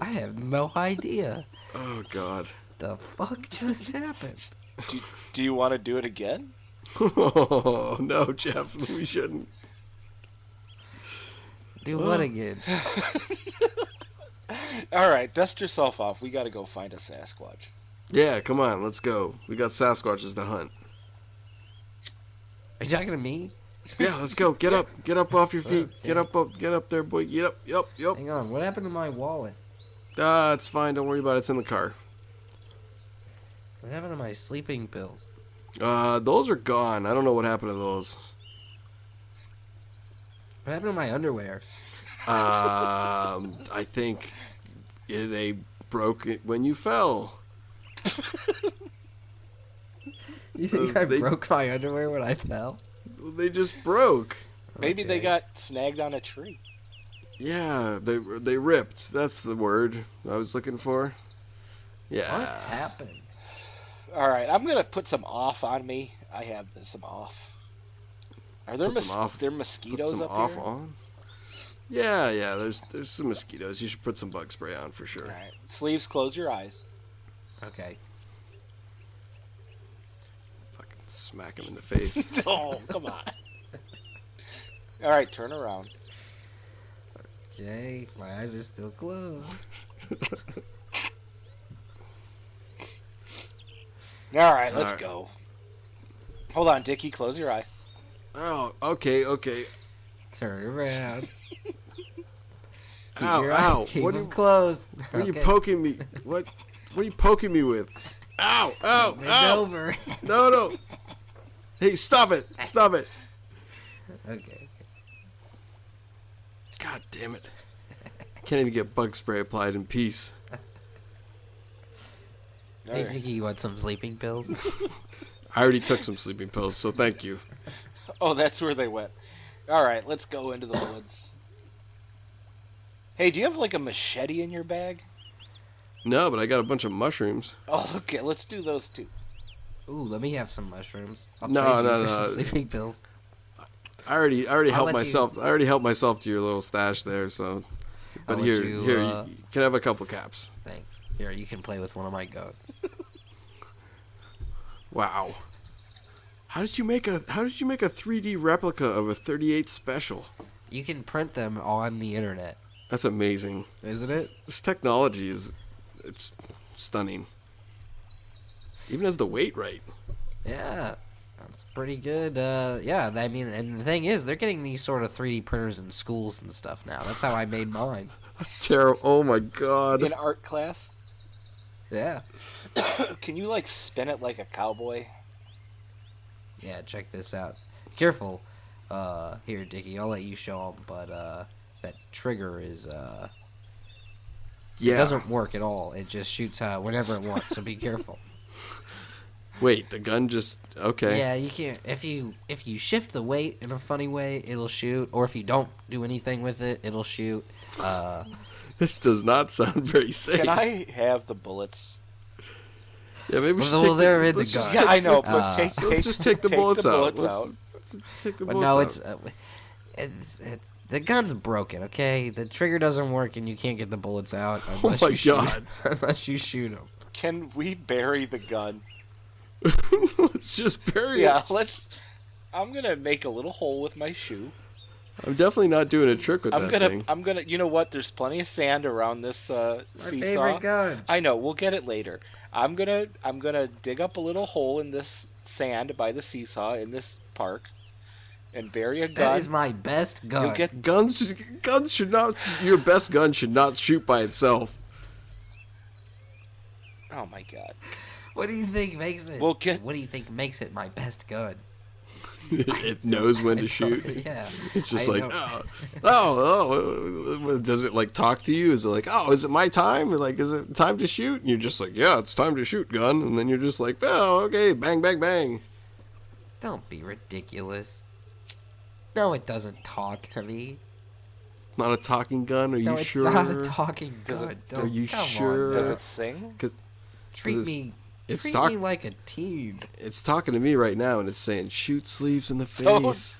C: I have no idea.
A: Oh god. [LAUGHS]
C: the fuck just happened?
B: Do, do you want to do it again?
A: oh, no, Jeff, [LAUGHS] we shouldn't.
C: Do what again?
B: All right, dust yourself off. We got to go find a Sasquatch.
A: Yeah, come on, let's go. We got Sasquatches to hunt.
C: Are you talking to me?
A: Yeah, let's go. Get up, get up off your feet. Get up, up, get up there, boy. Get up, yep, yep.
C: Hang on. What happened to my wallet?
A: Ah, it's fine. Don't worry about it. It's in the car.
C: What happened to my sleeping pills?
A: Uh, those are gone. I don't know what happened to those.
C: What happened to my underwear?
A: Um, I think it, they broke it when you fell.
C: You think
A: Uh,
C: I
A: they-
C: broke my underwear when I fell?
A: They just broke.
B: Maybe they
C: Okay.
B: got snagged on a tree.
A: Yeah, they they ripped. That's the word I was looking for.
C: What
A: Yeah.
C: happened?
B: All right, I'm gonna put some off on me. I have the- some off. Are there
A: Put
B: mos-
A: some off-
B: there
A: Put
B: mosquitoes
A: some
B: up
A: off
B: here?
A: on. Yeah, yeah. There's there's some mosquitoes. You should put some bug spray on for
B: All
A: sure.
B: right, sleeves. Close your [LAUGHS] eyes.
C: Okay.
A: Fucking smack him in the
C: [LAUGHS]
A: face.
B: oh, come on. All right, turn around.
C: Okay. My eyes are still closed.
B: All right, let's
A: All right.
B: go. Hold on, Dickie. Close your eyes.
A: oh, okay, okay.
C: Turn
A: [LAUGHS]
C: around. Keep
A: Ow,
C: your
A: ow.
C: Eye, keep
A: What are
C: them
A: you-
C: closed.
A: What are you
C: Okay.
A: poking me? What? What are you poking me with? Ow! Ow!
C: Bend
A: Ow!
C: over. [LAUGHS]
A: No, no. Hey, stop it! Stop it!
C: okay.
A: God damn it! Can't even get bug spray applied in peace.
B: All
C: Hey,
B: right.
C: Vicky, you want some sleeping pills?
A: I already took some sleeping pills, so thank you.
B: [LAUGHS] Oh, that's where they went. All right, let's go into the woods. Hey, do you have like a machete in your bag? [LAUGHS]
A: No, but I got a bunch of mushrooms.
B: Oh, okay, let's do those two.
C: Ooh, let me have some mushrooms. I'll
A: No,
C: trade you
A: no,
C: for some
A: no.
C: sleeping pills.
A: I already, I already
C: I'll
A: helped
C: let you-
A: myself. I already helped myself to your little stash there. So, but
C: let
A: here,
C: you,
A: here,
C: uh,
A: you can have a couple caps.
C: Thanks. Here, you can play with one of my goats.
A: Wow. How did you make a? How did you make a 3D replica of a 38 special?
C: You can print them on the internet,
A: That's amazing.
C: isn't it?
A: This technology is it's stunning. Even has the weight right. [LAUGHS]
C: Yeah, that's pretty good. Uh, yeah, I mean, and the thing is, they're getting these sort of 3D printers in schools and stuff now. That's how I made [LAUGHS] mine.
A: Terrible. Oh my god. [LAUGHS]
B: In art class,
C: Yeah.
B: can you like spin it like
A: [LAUGHS]
B: a cowboy?
C: Yeah, check this out. Careful. Uh, here, Dickie, I'll let you show them, but, uh, that trigger is, uh,
A: yeah.
C: it doesn't work at all. It just shoots uh, whenever it wants, so
A: [LAUGHS]
C: be careful.
A: Wait, the gun just okay.
C: Yeah, you can't. If you if you shift the weight in a funny way, it'll shoot. Or if you don't do anything with it, it'll shoot. Uh,
A: This does not sound very safe.
B: Can I have
A: [LAUGHS]
B: the bullets?
A: Yeah, maybe we should
C: Well,
A: take
C: they're
A: the,
C: in the
A: let's just
C: gun.
B: Yeah,
A: take
B: I know.
A: the-
B: But
C: Uh,
B: take,
A: let's
B: take-
A: just take the
B: take
A: bullets,
B: the bullets
A: out.
B: out.
A: Let's take the
C: but
A: bullets
C: no,
A: out.
C: it's, uh, it's it's the gun's broken. Okay, the trigger doesn't work, and you can't get the bullets out unless
A: Oh my
C: you shoot,
A: God.
C: [LAUGHS] unless you shoot them.
B: Can we bury the gun?
A: [LAUGHS] let's just bury
B: Yeah, [LAUGHS]
A: it.
B: let's. I'm gonna make a little hole with my shoe.
A: I'm definitely not doing a trick with
B: I'm
A: that
B: gonna.
A: thing.
B: I'm gonna. You know what? There's plenty of sand around this uh, seesaw.
C: gun.
B: I know. We'll get it later. I'm gonna I'm gonna dig up a little hole in this sand by the seesaw in this park, and bury a
C: That
B: gun.
C: is my best gun.
B: You'll get
A: Guns, guns should not. Your best gun should not shoot by itself. [LAUGHS]
B: oh my god.
C: what do you think makes it?
B: We'll get-
C: What do you think makes it my best gun?
B: [LAUGHS]
A: it knows when to
C: I
A: shoot.
C: probably- [LAUGHS] yeah.
A: [LAUGHS] It's just
C: I
A: like,
C: know.
A: oh, oh, oh, does it like talk to you? Is it like, oh, is it my time? Like, is it time to shoot? And you're just like, yeah, it's time to shoot, gun. And then you're just like, oh, okay, bang, bang, bang.
C: Don't be ridiculous. No, it doesn't talk to me.
A: Not a talking gun? Are you
C: no, it's
A: sure?
C: not a talking
B: Does
C: gun.
B: it-
C: Don't,
A: Are you
C: come on,
A: sure?
B: Does
C: man.
B: it sing?
C: treat
A: it's-
C: me?
A: it's
C: treat
A: talk-
C: me like a teen.
A: it's talking to me right now, and it's saying, shoot sleeves in the face.
B: Don't.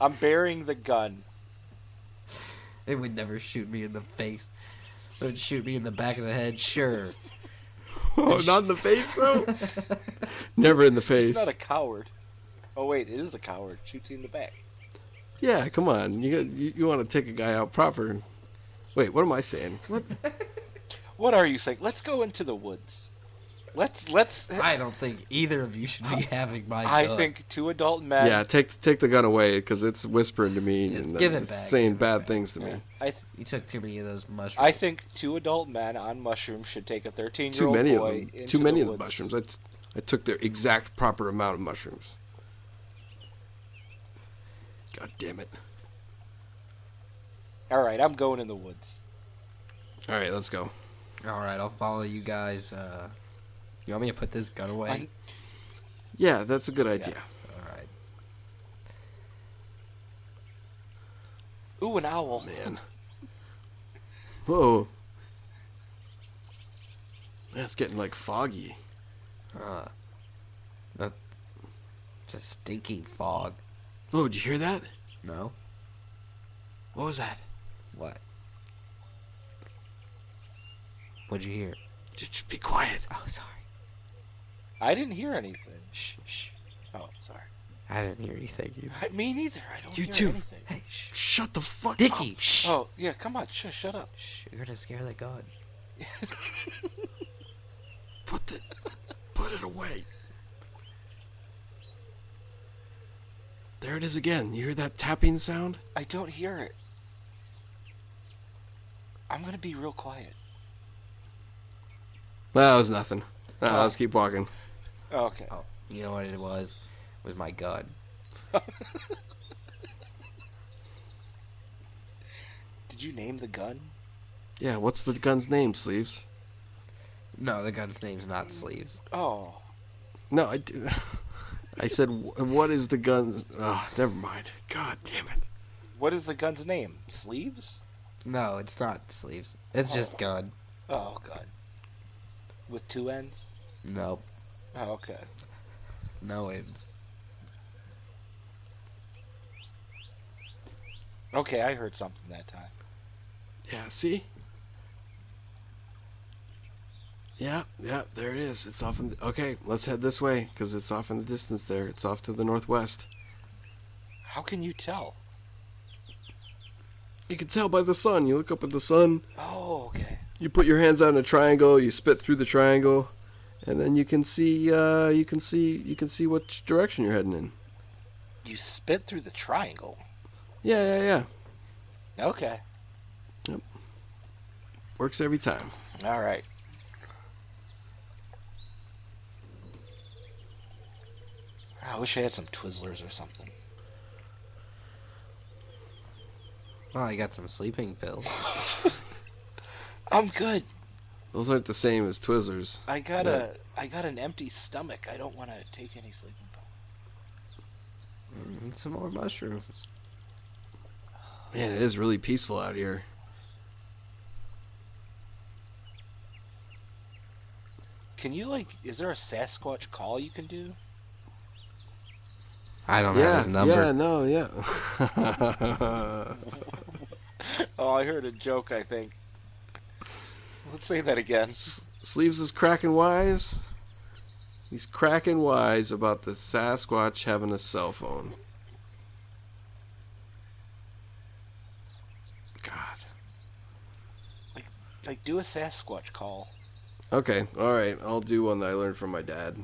B: I'm burying the gun.
C: It would never shoot me in the face. It would shoot me in the back of the head. Sure.
A: not in the face though. [LAUGHS] Never in the
B: He's
A: face.
B: not a coward. Oh wait, it is a coward. Shoots you in the back.
A: Yeah, come on. You got, you, you want to take a guy out proper? Wait, what am I saying? What?
B: What are you saying? Let's go into the woods. Let's let's. I,
C: I don't think either of you should
B: [LAUGHS]
C: be having my. gun.
B: think two adult men.
A: yeah, take take the gun away because it's whispering to me
C: Yes,
A: and uh,
C: give it
A: it's
C: back,
A: saying
C: give it
A: bad
C: back.
A: things to me.
B: I th-
C: you took too many of those mushrooms.
B: I think two adult men on mushrooms should take a
A: Too
B: thirteen-year-old boy.
A: many of them.
B: into
A: Too many
B: the
A: of the
B: woods.
A: mushrooms. I, t- I took the exact proper amount of mushrooms. God damn it!
B: All right, I'm going in the woods.
A: All right, let's go.
C: All right, I'll follow you guys. Uh, you want me to put this gun away?
B: I-
A: Yeah, that's a good idea.
C: All right.
B: Ooh, an owl.
A: Man. Whoa. Yeah, it's getting like foggy.
C: Uh, that, it's a stinky fog.
A: Whoa, did you hear that?
C: No.
A: What was that?
C: What? What'd you hear?
A: Just, just be quiet.
C: Oh, sorry.
B: I didn't hear anything.
C: Shh, shh.
B: Oh, sorry.
C: I didn't hear anything. Either.
B: I, me neither. I don't
A: You
B: hear
A: too.
B: anything.
C: Hey, shh.
A: Shut the fuck
C: Dickie,
A: up.
C: shh.
B: Oh yeah, come on. Shh, shut up.
C: Shh, you're gonna scare the gun.
A: Put the put it away. There it is again. You hear that tapping sound?
B: I don't hear it. I'm gonna be real quiet.
A: That was nothing. Nah, let's keep walking.
B: Okay.
C: Oh, you know what it was? It was my gun.
B: Did you name the gun?
A: Yeah, what's the gun's name, Sleeves?
C: No, the gun's name's not Sleeves.
B: Oh,
A: No, I, d- [LAUGHS] I said, wh- what is the gun's... Oh, never mind. God damn it.
B: what is the gun's name? Sleeves?
C: No, it's not Sleeves. It's just gun.
B: Oh, gun. With two ends?
C: Nope.
B: Oh, okay.
C: No ends.
B: Okay, I heard something that time.
A: Yeah, see? Yeah, yeah, there it is. It's off in the, okay, let's head this way cuz it's off in the distance there. It's off to the northwest.
B: How can you tell?
A: You can tell by the sun. You look up at the sun,
B: Oh, okay.
A: you put your hands out in a triangle, you spit through the triangle, and then you can see uh you can see you can see which direction you're heading in.
B: You spit through the triangle.
A: Yeah, yeah, yeah.
B: Okay.
A: Works every time.
B: All right. Ah, I wish I had some Twizzlers or something.
C: Well, I got some sleeping pills.
B: I'm good.
A: Those aren't the same as Twizzlers.
B: I got a I got an empty stomach. I don't want to take any sleeping pills.
C: And some more mushrooms.
A: Man, it is really peaceful out here.
B: Can you like? Is there a Sasquatch call you can do?
C: I don't have
A: yeah,
C: his number.
A: yeah, [LAUGHS] no, yeah.
B: Oh, I heard a joke. I think. Let's say that again.
A: S- Sleeves is cracking wise. He's cracking wise about the Sasquatch having a cell phone. God.
B: Like, do a Sasquatch call.
A: Okay, all right. I'll do one that I learned from my dad.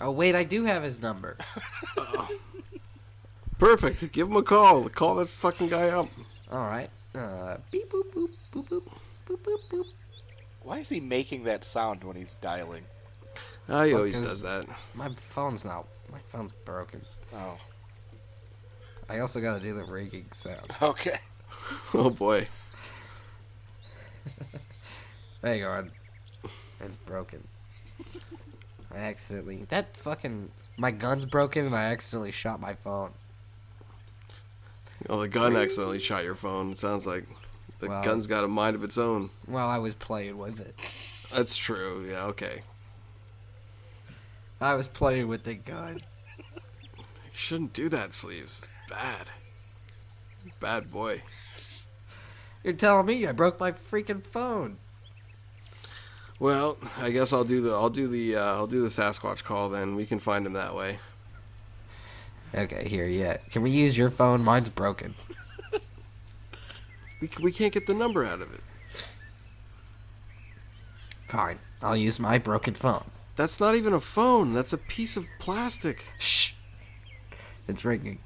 C: Oh wait, I do have his number.
A: Perfect. Give him a call. Call that fucking guy up.
C: All right. Uh, beep boop boop boop boop boop boop boop.
B: Why is he making that sound when he's dialing?
A: Ah, he always
C: Fuckers.
A: does that. [LAUGHS]
C: My phone's not. My phone's broken.
B: Oh,
C: I also gotta do the ringing sound.
B: okay.
A: Oh boy.
C: Hang on. It's broken. I accidentally. That fucking. My gun's broken and I accidentally shot my phone.
A: Oh, the gun accidentally shot your phone. It sounds like the
C: Wow.
A: gun's got a mind of its own.
C: While I was playing with it.
A: That's true. Yeah. Okay.
C: I was playing with the gun.
A: You shouldn't do that, Sleeves. Bad. Bad boy.
C: You're telling me I broke my freaking phone.
A: Well, I guess I'll do the I'll do the uh, I'll do the Sasquatch call then. We can find him that way.
C: Okay, here, yeah. Can we use your phone? Mine's broken.
A: We c- we can't get the number out of it.
C: Fine. I'll use my broken phone.
A: That's not even a phone. That's a piece of plastic.
C: Shh. It's ringing.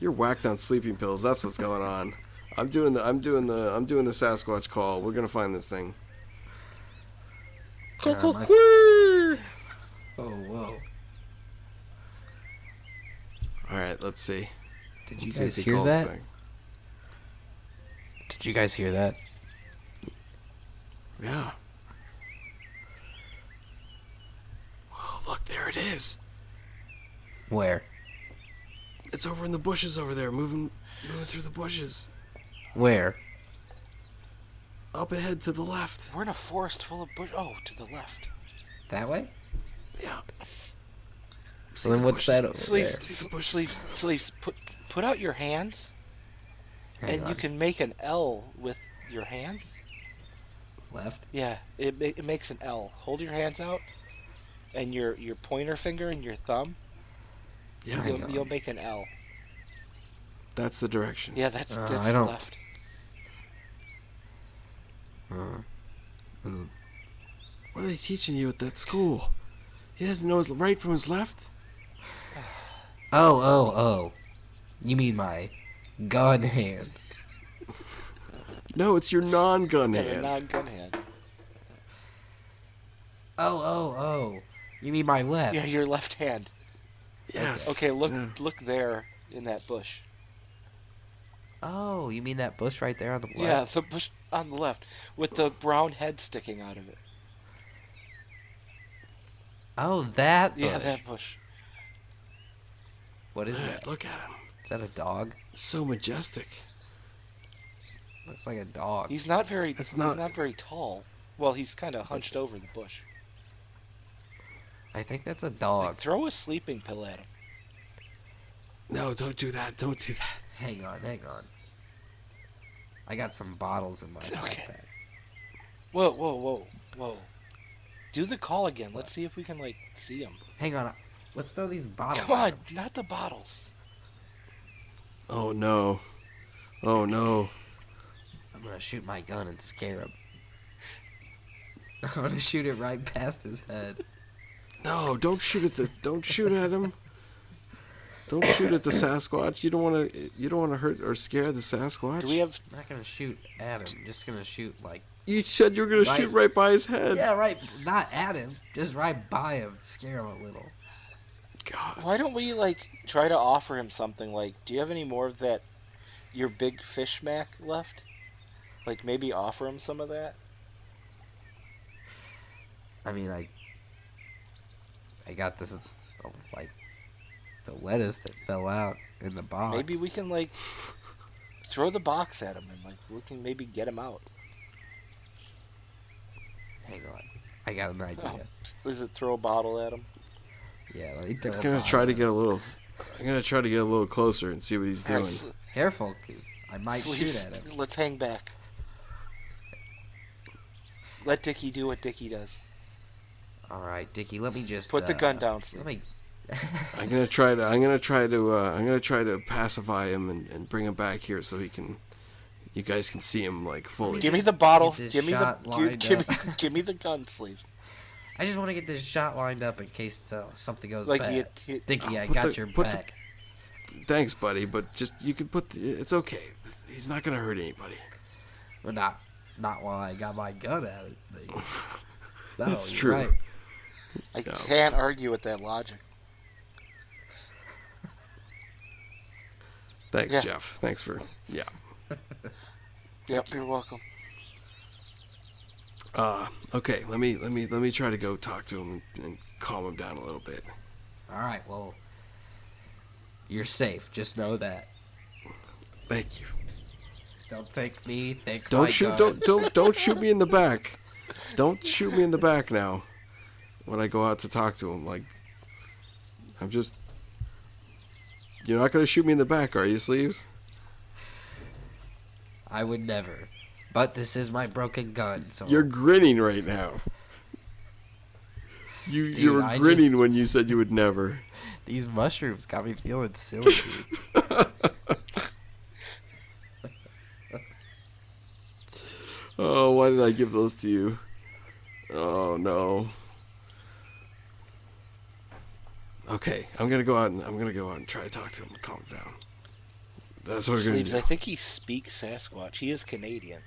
A: You're whacked on sleeping pills. That's what's going on. I'm doing the I'm doing the I'm doing the Sasquatch call. We're gonna find this thing.
C: Yeah, my-
A: All
C: Oh, whoa.
A: right, let's see.
C: Did
A: Let's
C: you
A: see if
C: guys
A: he
C: hear
A: calls
C: that?
A: back.
C: Did you guys hear that?
A: Yeah. Oh, look, there it is.
C: Where?
A: It's over in the bushes over there, moving moving through the bushes.
C: Where?
A: Up ahead to the left.
B: We're in a forest full of bush. Oh, to the left.
C: That way?
A: Yeah.
C: So then what's that over
B: Sleeves,
C: there?
B: s-
A: There.
B: sleeves, sleeves. Put put out your hands,
C: Hang
B: and
C: on.
B: you can make an L with your hands.
C: Left?
B: Yeah, it ma- it makes an L. Hold your hands out, and your your pointer finger and your thumb.
A: Yeah,
C: Hang
B: You'll,
C: on.
B: you'll make an L.
A: that's the direction.
B: Yeah, that's
C: Uh,
B: that's
C: I don't-
B: left.
C: Uh, mm.
A: What are they teaching you at that school? He doesn't know his right from his left.
C: Oh, oh, oh. You mean my gun [LAUGHS] hand.
A: No, it's your non-gun
B: And a
A: hand.
B: non-gun hand.
C: Oh, oh, oh. You mean my left.
B: Yeah, your left hand.
A: Yes.
B: Okay, look
A: Yeah.
B: look there in that bush.
C: Oh, you mean that bush right there on the left?
B: Yeah, the bush on the left with the brown head sticking out of it.
C: Oh, that bush.
B: Yeah, that bush.
C: What is
A: Look
C: that?
A: at- Look at him.
C: Is that a dog?
A: So majestic.
C: Looks like a dog.
B: He's not very
A: That's
B: he's
A: not-
B: not, very tall. Well, he's kind of hunched
C: That's-
B: over the bush.
C: I think that's a
B: Like,
C: dog.
B: throw a sleeping pill at him.
A: No, don't do that. Don't do that.
C: Hang on, hang on. I got some bottles in my
B: Okay.
C: backpack.
B: Whoa, whoa, whoa, whoa. Do the call again. Let's see if we can like see him.
C: Hang on. Let's throw these bottles.
B: Come on,
C: at 'em.
B: not the bottles.
A: Oh no. Oh no.
C: I'm gonna shoot my gun and scare him. [LAUGHS] I'm gonna shoot it right past his head.
A: No, don't shoot at the don't shoot at him. Don't shoot at the Sasquatch. You don't want to you don't want to hurt or scare the Sasquatch.
B: Do we have
C: I'm not gonna shoot at him. Just gonna shoot like.
A: you said you were going
C: Right.
A: to shoot right by his head.
C: Yeah, right. Not at him. Just right by him. Scare him a little.
A: God.
B: Why don't we like try to offer him something like do you have any more of that your big fish mac left? Like maybe offer him some of that?
C: I mean, I. I got this, uh, like, the lettuce that fell out in the box.
B: Maybe we can like throw the box at him and like we can maybe get him out.
C: Hang on. I got an
B: Oh,
C: idea.
B: is it throw a bottle at him?
C: Yeah, let me throw
A: I'm
C: a
A: going to
C: bottle
A: try to
C: at
A: get a little I'm going to try to get a little closer and see what he's
B: All
A: doing.
B: right, sl-
C: him. Careful, because I might
B: sleeves-
C: shoot at him.
B: Let's hang back. Let Dickie do what Dickie does.
C: Alright, Dickie, let me just.
B: Put the
C: uh,
B: gun down.
C: Let
B: Sleeves.
C: [LAUGHS] me.
A: I'm going to try to I'm going to try to uh, I'm going to try to pacify him and, and bring him back here so he can you guys can see him like fully.
B: give me the bottle.
C: Get this
B: Give me the
C: shot
B: give,
C: lined
B: give me,
C: up.
B: [LAUGHS] give me the gun sleeves.
C: I just want to get this shot lined up in case uh, something goes
B: Like
C: bad.
B: you, you-
C: Dickie, I
A: Put
C: got
A: the-
C: your
A: put the-
C: back.
A: Thanks, buddy, but just you can put the, it's okay. He's not going to hurt anybody.
C: But not, not while I got my gun at it.
A: [LAUGHS]
C: Thing. No,
A: That's
C: you're
A: true.
C: right.
B: I
A: No.
B: can't argue with that logic.
A: Thanks,
B: Yeah.
A: Jeff. Thanks for yeah.
B: Yep, you're welcome.
A: Uh, okay, let me let me let me try to go talk to him and, and calm him down a little bit.
C: All right, well, you're safe. Just know that.
A: Thank you.
C: Don't thank me. Thank
A: Don't
C: my
A: shoot
C: gun.
A: don't don't don't shoot me in
C: [LAUGHS]
A: the back. Don't shoot me in the back now. When I go out to talk to him, like I'm just You're not gonna shoot me in the back, are you, Sleeves?
C: I would never. But this is my broken gun, so
A: You're grinning right now. You you
C: Dude,
A: were
C: I just-
A: grinning when you said you would never.
C: these mushrooms got me
A: [LAUGHS]
C: feeling silly. dude.
A: oh, why did I give those to you? Oh no. Okay, I'm gonna go out and I'm gonna go out and try to talk to him. to Calm him down. That's what we're gonna
B: Sleeves,
A: do.
B: I think he speaks Sasquatch. He
A: [LAUGHS]
B: is Canadian.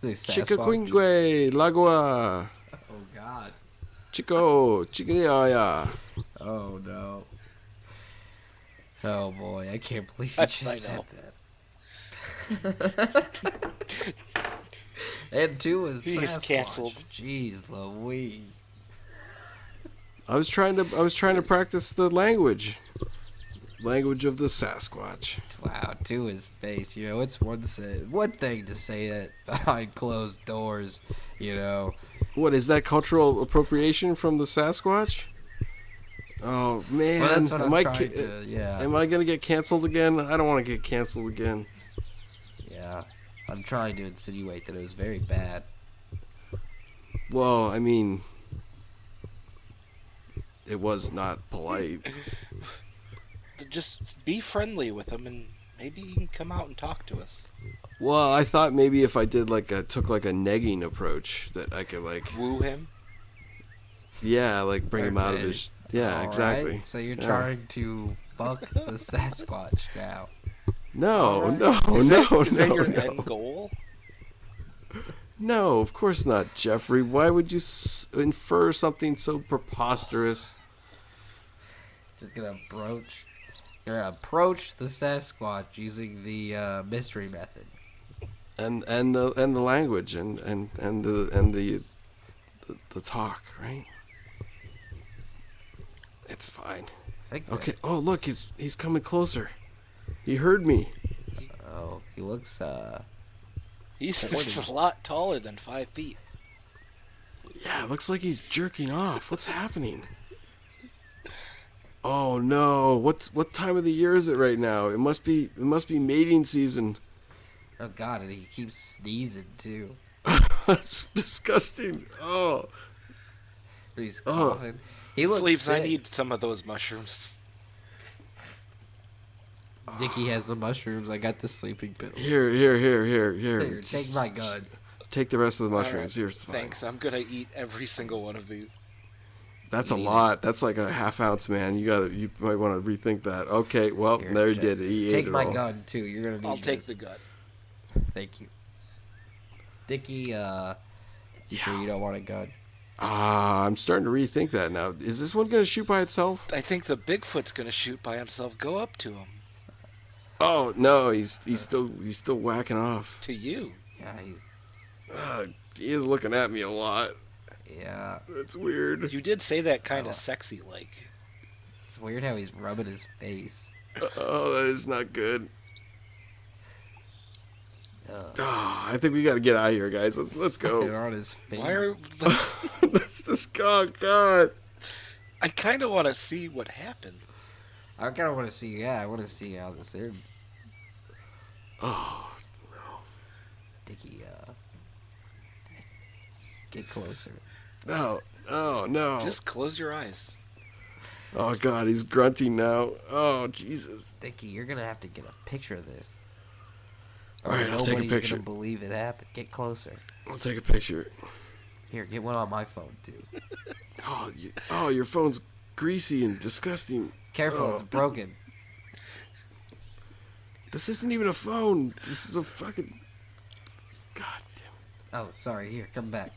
C: These Sasquatch-
A: Chicaquinque, Lagua,
C: Oh God.
A: Chico, Chiquiaya.
C: Oh no. Oh boy, I can't believe
B: I-
C: you just
B: I
C: said
B: know.
C: that. [LAUGHS] and two is
B: He is
C: Sasquatch.
B: canceled.
C: Jeez, Louise.
A: I was trying to I was trying to
C: Yes.
A: practice the language, language of the Sasquatch.
C: Wow, to his face. You know, it's one say, one thing to say that [LAUGHS] behind closed doors. You know,
A: What is that cultural appropriation from the Sasquatch? Oh man,
C: well, that's what
A: am
C: I'm
A: I
C: trying
A: ca-
C: to. Yeah,
A: am I gonna get canceled again? I don't want to get canceled again.
C: yeah. I'm trying to insinuate that it was very bad.
A: Well, I mean, it was not polite.
B: Just be friendly with him and maybe he can come out and talk to us.
A: Well, I thought maybe if I did like a took like a negging approach that I could like
B: Woo him.
A: yeah like bring him out of
C: Okay.
A: his yeah
C: All right?
A: exactly.
C: So you're
A: Yeah.
C: trying to fuck the [LAUGHS] Sasquatch now.
A: No,
B: All right.
A: Oh, no,
B: is
A: no,
B: that, is
A: no,
B: that your
A: no.
B: end goal?
A: No, of course not, Jeffrey. Why would you s- infer something so preposterous?
C: Just gonna approach, gonna approach the Sasquatch using the uh, mystery method.
A: And and the and the language and and and the and the the, the talk, right? It's fine.
C: I think. that-
A: Okay. Oh, look, he's he's coming closer. He heard me.
C: oh, he looks. uh
B: He's
A: What is-
B: [LAUGHS] a lot taller than five feet.
A: Yeah, it looks like he's jerking off. What's happening? Oh no! What's what time of the year is it right now? It must be it must be mating season. [LAUGHS]
C: Oh God, and he keeps sneezing too.
A: That's disgusting. Oh.
C: He's
A: Oh.
C: coughing. He looks.
B: Sleeves, I
C: sick.
B: need some of those mushrooms.
C: Dickie has the mushrooms. I got the sleeping pill.
A: Here, here, here, here, here.
C: Here, take
A: Just-
C: my gun.
A: Take the rest of the
B: All right,
A: mushrooms. Here's fine.
B: Thanks. I'm gonna eat every single one of these.
A: That's a
C: Eat it.
A: lot. That's like a half ounce, man. You got to You might want to rethink that. Okay. Well,
C: Here,
A: Oh, there you
C: take-
A: did it. He
C: Take
A: ate
C: my
A: it all.
C: gun too. You're gonna need.
B: I'll take the
C: this.
B: gut.
C: Thank you. Dickie, uh, you sure
A: Yeah.
C: you don't want a gun?
A: Ah, I'm starting to rethink that now. Is this one gonna shoot by itself?
B: I think the Bigfoot's gonna shoot by himself. Go up to him.
A: Oh no, he's he's still he's still whacking off.
B: To you.
C: Yeah, he's,
A: Ah, he is looking at me a lot.
C: yeah.
A: That's weird.
B: You did say that kind
C: Oh.
B: of sexy like.
C: It's weird how he's rubbing his face.
A: Oh, that is not good.
C: Uh,
A: Oh, I think we got to get out of here, guys. Let's let's
C: sucking
A: go.
C: On his face.
B: Why are let's,
A: [LAUGHS] That's the oh god.
B: I kind of want to see what happens.
C: I kind of want to see. Yeah, I want to see how this is.
A: Oh,
C: Dickie, uh, get closer.
A: No, oh no.
B: Just close your eyes.
A: Oh god, he's grunting now. Oh Jesus.
C: Dickie, you're gonna have to get a picture of this.
A: All right, I'll take a
C: nobody's
A: picture.
C: gonna believe it happened. Get closer.
A: I'll take a picture.
C: Here, get one on my phone too.
A: Oh, you, oh, your phone's greasy and disgusting.
C: Careful,
A: Oh.
C: it's broken.
A: This isn't even a phone. This is a fucking. God
C: Oh, sorry. Here, come back.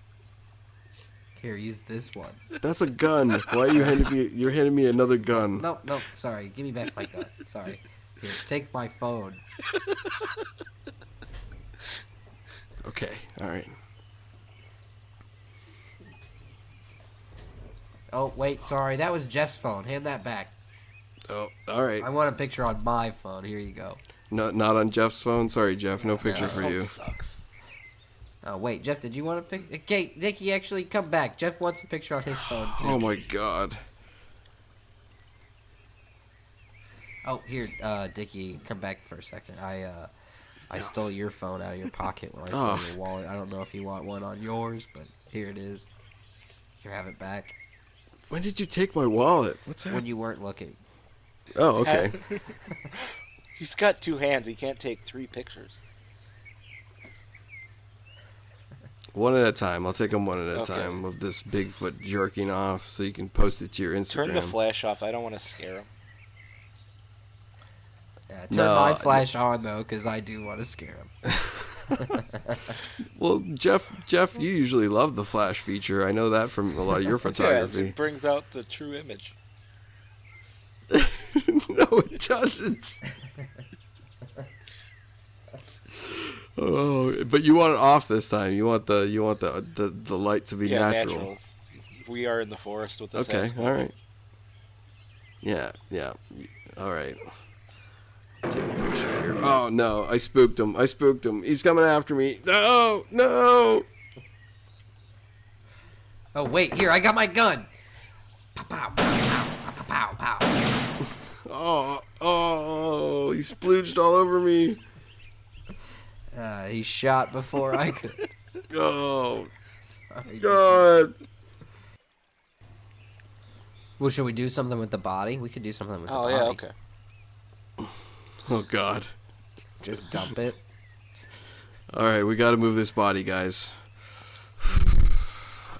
C: Here, use this one.
A: damn. That's a gun. Why you handed me? You're handing me another gun.
C: No, no, sorry. Give me back my gun. Sorry. Here, take my phone.
A: Okay. All right.
C: Oh, wait, sorry. That was Jeff's phone. Hand that back.
A: Oh, all right.
C: I want a picture on my phone. Here you go.
A: Not not on Jeff's phone. Sorry, Jeff. No picture
B: Your
A: for
B: phone
A: you.
B: Sucks.
C: Oh, wait, Jeff, did you want a picture? Okay, Nikki, actually, come back. Jeff wants a picture on his phone, too.
A: Oh my god.
C: Oh, here, uh, Dickie, come back for a second. I uh, I
A: No.
C: stole your
A: [LAUGHS]
C: phone out of your pocket when I stole
A: Oh.
C: your wallet. I don't know if you want one on yours, but here it is. You can have it back
A: When did you take my wallet? What's
C: when
A: that?
C: you weren't looking.
A: Oh, okay.
B: He's got two hands. He can't take three pictures.
A: One at a time. I'll take them one at a
B: Okay.
A: time of this Bigfoot jerking off so you can post it to your Instagram.
B: Turn the flash off. I don't want to scare him.
C: Yeah, Uh, turn
A: No,
C: my
A: I-
C: flash on though, because I do want to scare him.
A: well, Jeff, Jeff, you usually love the flash feature. I know that from a lot of your
B: [LAUGHS] Yeah,
A: photography.
B: it brings out the true image.
A: [LAUGHS] no, it doesn't. oh, but you want it off this time. You want the you want the the, the light to be
B: yeah,
A: natural.
B: We are in the forest with this.
A: Okay,
B: asshole.
A: all right. Yeah, yeah. All right. Take a picture here. Oh no, I spooked him. I spooked him. He's coming after me. No, no.
C: oh wait, here I got my gun. Pow pow pow pow pow pow. pow.
A: Oh, oh, he splooged all over me.
C: Uh, he shot before
A: [LAUGHS]
C: I could.
A: Oh,
C: Sorry.
A: God.
C: Well, should we do something with the body? We could do something with the
B: Oh
C: body.
B: yeah. Okay.
A: Oh, God.
C: Just dump [LAUGHS] it.
A: All right, we got to move this body, guys.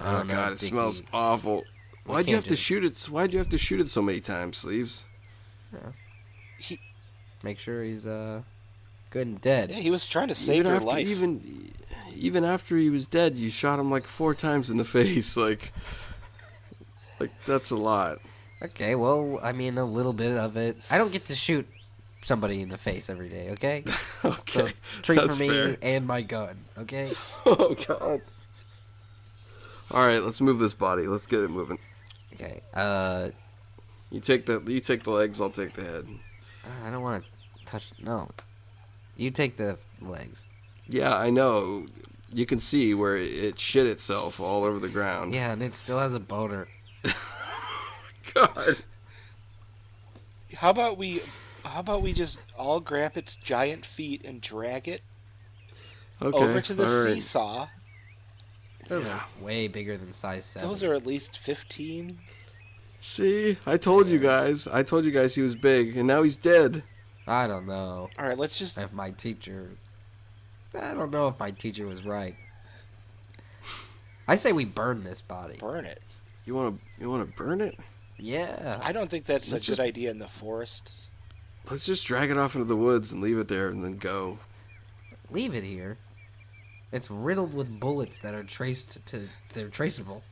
C: I
A: Oh,
C: don't know,
A: God, it
C: Dickie.
A: smells awful. Why'd you
C: can't
A: have to
C: do-
A: shoot it? Why'd you have to shoot it so many times, Sleeves?
C: Make sure he's uh good and dead.
B: Yeah, he was trying to save your
A: after,
B: life.
A: Even even after he was dead, you shot him like four times in the [LAUGHS] face. Like, like that's a lot.
C: Okay, well, I mean, a little bit of it. I don't get to shoot somebody in the face every day, okay? So,
A: [LAUGHS] [LAUGHS] Okay,
C: treat
A: that's
C: for me
A: fair. [LAUGHS]
C: and my gun, okay?
A: Oh God. All right, let's move this body. Let's get it moving.
C: Okay, uh,
A: You take the you take the legs. I'll take the head.
C: I don't want to touch. No. You take the legs.
A: Yeah, I know. You can see where it shit itself all over the ground.
C: Yeah, and it still has a boner.
A: [LAUGHS] God.
B: How about we? How about we just all grab its giant feet and drag it
A: Okay.
B: over to the
A: all right.
B: seesaw?
C: Those
A: Yeah.
C: are way bigger than size 7.
B: Those are at least fifteen.
A: See, I told you guys. I told you guys he was big, and now he's dead.
C: I don't know
B: All right, let's just.
C: if my teacher. I don't know if my teacher was right. I say we burn this body.
B: Burn it.
A: You want to you want to burn it?
C: Yeah.
B: I don't think that's a
A: Let's
B: good
A: just-
B: idea in the forest.
A: Let's just drag it off into the woods and leave it there and then go.
C: leave it here. It's riddled with bullets that are traced to. They're traceable.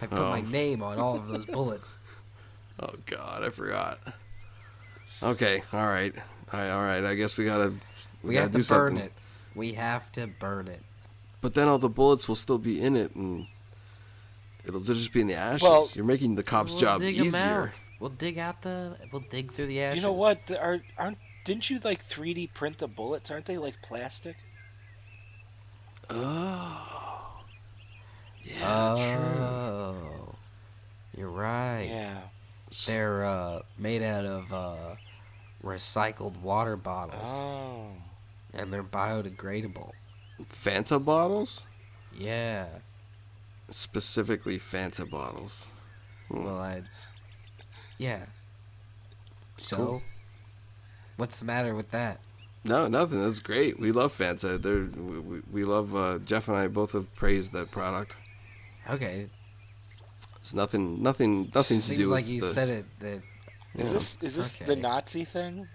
C: I put my
A: Oh.
C: name on all of those bullets.
A: Oh god, I forgot. Okay, all right. All right, all right. I guess [LAUGHS] we got to
C: We, have to burn it. We have to burn it.
A: But then all the bullets will still be in it and it'll just be in the ashes.
B: Well-
A: You're making the cop's
C: we'll
A: job
C: dig 'em
A: easier.
C: out. We'll dig out the. We'll dig through the ashes.
B: You know what? The- Are aren't didn't you like 3D print the bullets? Aren't they like plastic?
A: Oh. Yeah, true.
C: Oh, you're right.
B: Yeah.
C: They're uh, made out of uh, recycled water bottles,
B: Oh.
C: and they're biodegradable.
A: Fanta bottles?
C: Yeah.
A: Specifically Fanta bottles.
C: Well,
B: Hmm.
C: I. Yeah. So,
A: Cool.
C: what's the matter with that?
A: No, nothing. That's great. We love Fanta. They're, we, we- we love uh, Jeff and I both have praised that product.
C: Okay,
A: It's nothing, nothing, nothing to do
C: seems like
A: with
C: you
A: the,
C: said it. That
B: Is this is this the
C: Okay.
B: Nazi thing?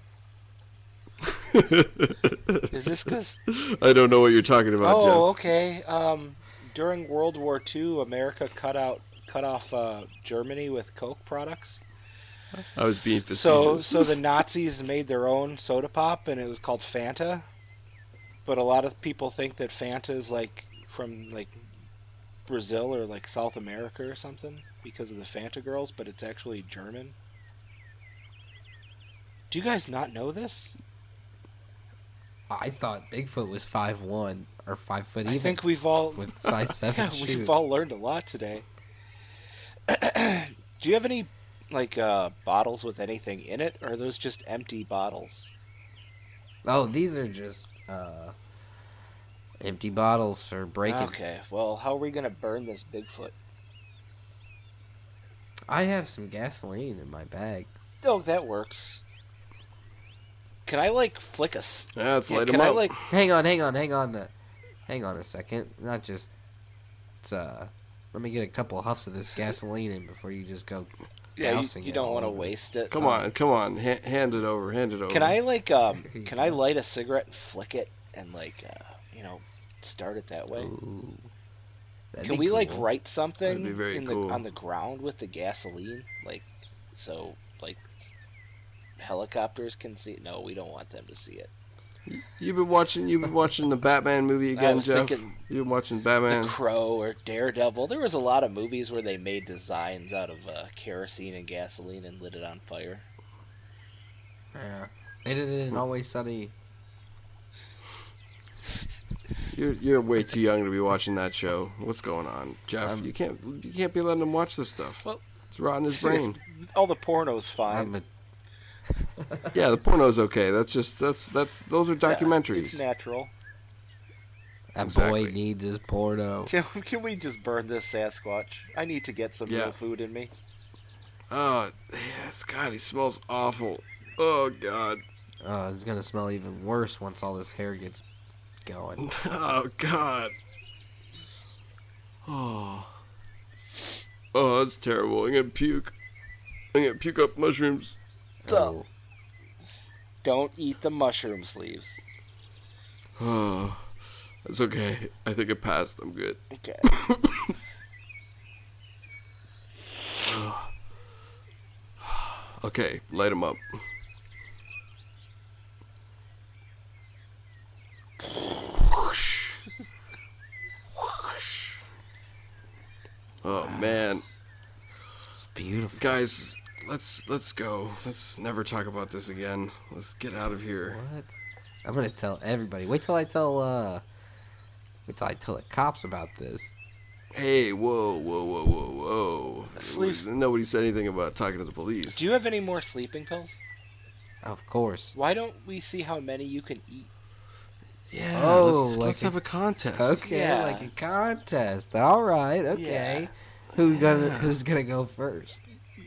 B: Is this because?
A: [LAUGHS] I don't know what you're talking about,
B: oh, okay. Um, during World War II, America cut out cut off uh, Germany with Coke products.
A: Jeff. I was being facetious.
B: So so the Nazis made their own soda pop, and it was called Fanta. But a lot of people think that Fanta is like from like Brazil or like South America or something because of the Fanta girls, but it's actually German. Do you guys not know this?
C: I thought Bigfoot was five one or five foot
B: I
C: even
B: think we've all
C: with size
B: [LAUGHS]
C: seven
B: yeah,
C: shoes.
B: we've all learned a lot today. [CLEARS THROAT] Do you have any like uh, bottles with anything in it, or are those just empty bottles?
C: Oh, these are just uh, empty bottles for breaking.
B: Okay, well, how are we gonna burn this Bigfoot?
C: I have some gasoline in my bag.
B: Oh, that works. Can I like flick a? s-
A: [LAUGHS] Yeah, let's
B: yeah,
A: light
B: can
A: him
B: I
A: up.
B: like?
C: Hang on, hang on, hang on, uh, hang on a second. Not just. It's, uh, let me get a couple huffs of this gasoline in before you just go.
B: Yeah, you,
C: dousing
B: you
C: it
B: don't
C: all
B: want to
C: over.
B: waste it. um,
A: Come on, come on, ha- hand it over, hand it over.
B: Uh, Can I like?
C: [LAUGHS]
B: Um,
C: Here you
B: can I
C: go.
B: light a cigarette and flick it and like, uh, you know, start it that way?
A: Mm.
C: Ooh, That'd
B: Can
C: be
B: we like
C: cool.
B: write something
A: be very
B: in
A: cool.
B: the, on the ground with the gasoline, like so like s- helicopters can see? No, we don't want them to see it.
A: You've been watching. You've been watching the Batman movie
B: I
A: again,
B: was
A: Jeff.
B: thinking-
A: You've been watching
B: The
A: Batman.
B: Crow or Daredevil. There was a lot of movies where they made designs out of uh, kerosene and gasoline and lit it on fire.
C: Yeah. They did it in Always Sunny.
A: You're you're way too young to be watching that show. What's going on, Jeff?
C: I'm-
A: you can't you can't be letting him watch this stuff.
B: Well-
A: it's rotting his brain.
B: All the pornos fine.
C: I'm a,
A: yeah, the porno's okay. That's just that's that's those are
B: Yeah,
A: documentaries.
B: it's natural.
C: that
A: Exactly.
C: boy needs his porno.
B: Can, can we just burn this Sasquatch? I need to get some
A: Yeah.
B: real food in me.
A: oh yes, God, he smells awful. Oh God.
C: Oh, it's gonna smell even worse once all this hair gets going.
A: Oh God. Oh. Oh, that's terrible. I'm gonna puke. I'm gonna puke up mushrooms.
B: Duh.
C: Oh.
B: Don't eat the mushroom sleeves.
A: Oh, that's okay. I think it passed. I'm good. [LAUGHS]
B: Okay.
A: Okay, light him up. Oh man,
C: It's beautiful.
A: guys, let's let's go. Let's never talk about this again. Let's get out of here.
C: What? I'm gonna tell everybody. Wait till I tell uh wait till I tell the cops about this.
A: Hey, whoa, whoa, whoa, whoa, whoa!
B: Sleeves-
A: Nobody said anything about talking to the police.
B: Do you have any more sleeping pills?
C: Of course.
B: Why don't we see how many you can eat?
A: yeah.
C: Oh,
A: let's,
C: like
A: let's
C: a-
A: have a contest.
C: Okay,
B: Yeah.
C: like a contest. All right, okay. Who gonna who's gonna go first?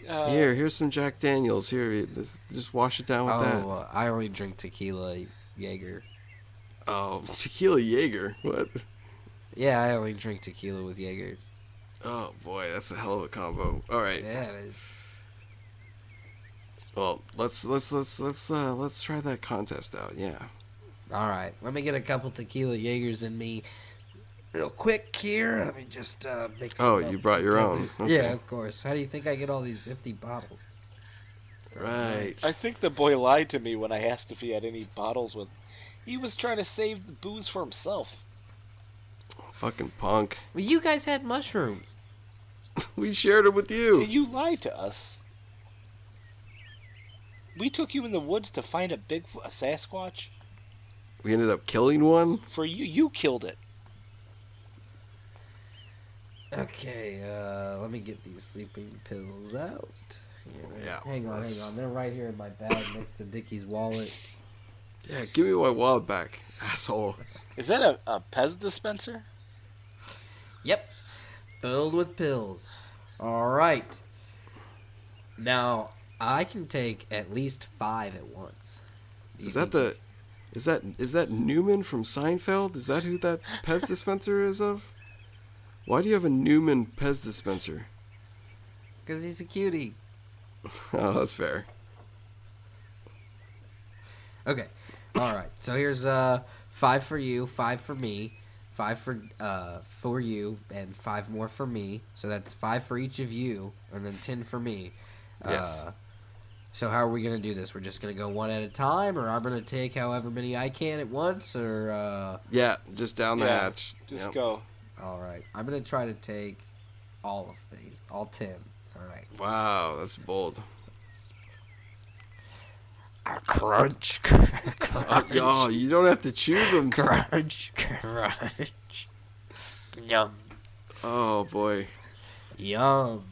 B: Uh,
A: Here, here's some Jack Daniels. Here, this, just wash it down with
C: oh,
A: that.
C: uh, I only drink tequila, Jaeger.
A: Oh, tequila Jaeger. What?
C: Yeah, I only drink tequila with Jaeger.
A: Oh boy, that's a hell of a combo. All right.
C: Yeah, it is.
A: Well, let's let's let's let's uh let's try that contest out. Yeah.
C: All right, let me get a couple tequila Jaegers in me, real quick here. Let me just uh, mix.
A: Oh,
C: them
A: you
C: up
A: brought your
C: together.
A: own.
C: Yeah,
A: Okay.
C: of course. How do you think I get all these empty bottles?
A: Right.
B: I think the boy lied to me when I asked if he had any bottles with. He was trying to save the booze for himself.
A: Fucking punk. [LAUGHS]
C: Well, you guys had mushrooms.
A: We shared it with you.
B: You lied to us. We took you in the woods to find a big a Sasquatch.
A: We ended up killing one.
B: For you, you killed it.
C: Okay, uh, let me get these sleeping pills out. Here.
A: Yeah,
C: Hang on,
A: let's-
C: hang on. They're right here in my bag next to Dickie's wallet.
A: Yeah, give me my wallet back, asshole.
B: Is that a, a Pez dispenser?
C: Yep. Filled with pills. All right. Now, I can take at least five at once. Do you
A: Is that the
C: think-
A: is that is that Newman from Seinfeld? Is that who that Pez dispenser is of? Why do you have a Newman Pez dispenser? [LAUGHS]
C: Because he's a cutie.
A: Oh, that's fair.
C: Okay. All right. So here's uh five for you, five for me, five for uh for you, and five more for me. So that's five for each of you, and then ten for me.
A: Yes.
C: Uh, so how are we gonna do this? We're just gonna go one at a time, or I'm gonna take however many I can at once, or uh,
A: Yeah, just down the
B: Yeah,
A: hatch.
B: Just
A: Yep.
B: go.
C: all right, I'm gonna try to take all of these, all ten. All right.
A: Wow, that's
B: [LAUGHS]
A: bold.
C: Crunch, [LAUGHS] crunch,
A: Uh, y'all, you don't have to chew
B: [LAUGHS]
A: them.
C: crunch, crunch. Yum,
A: Oh boy.
C: yum.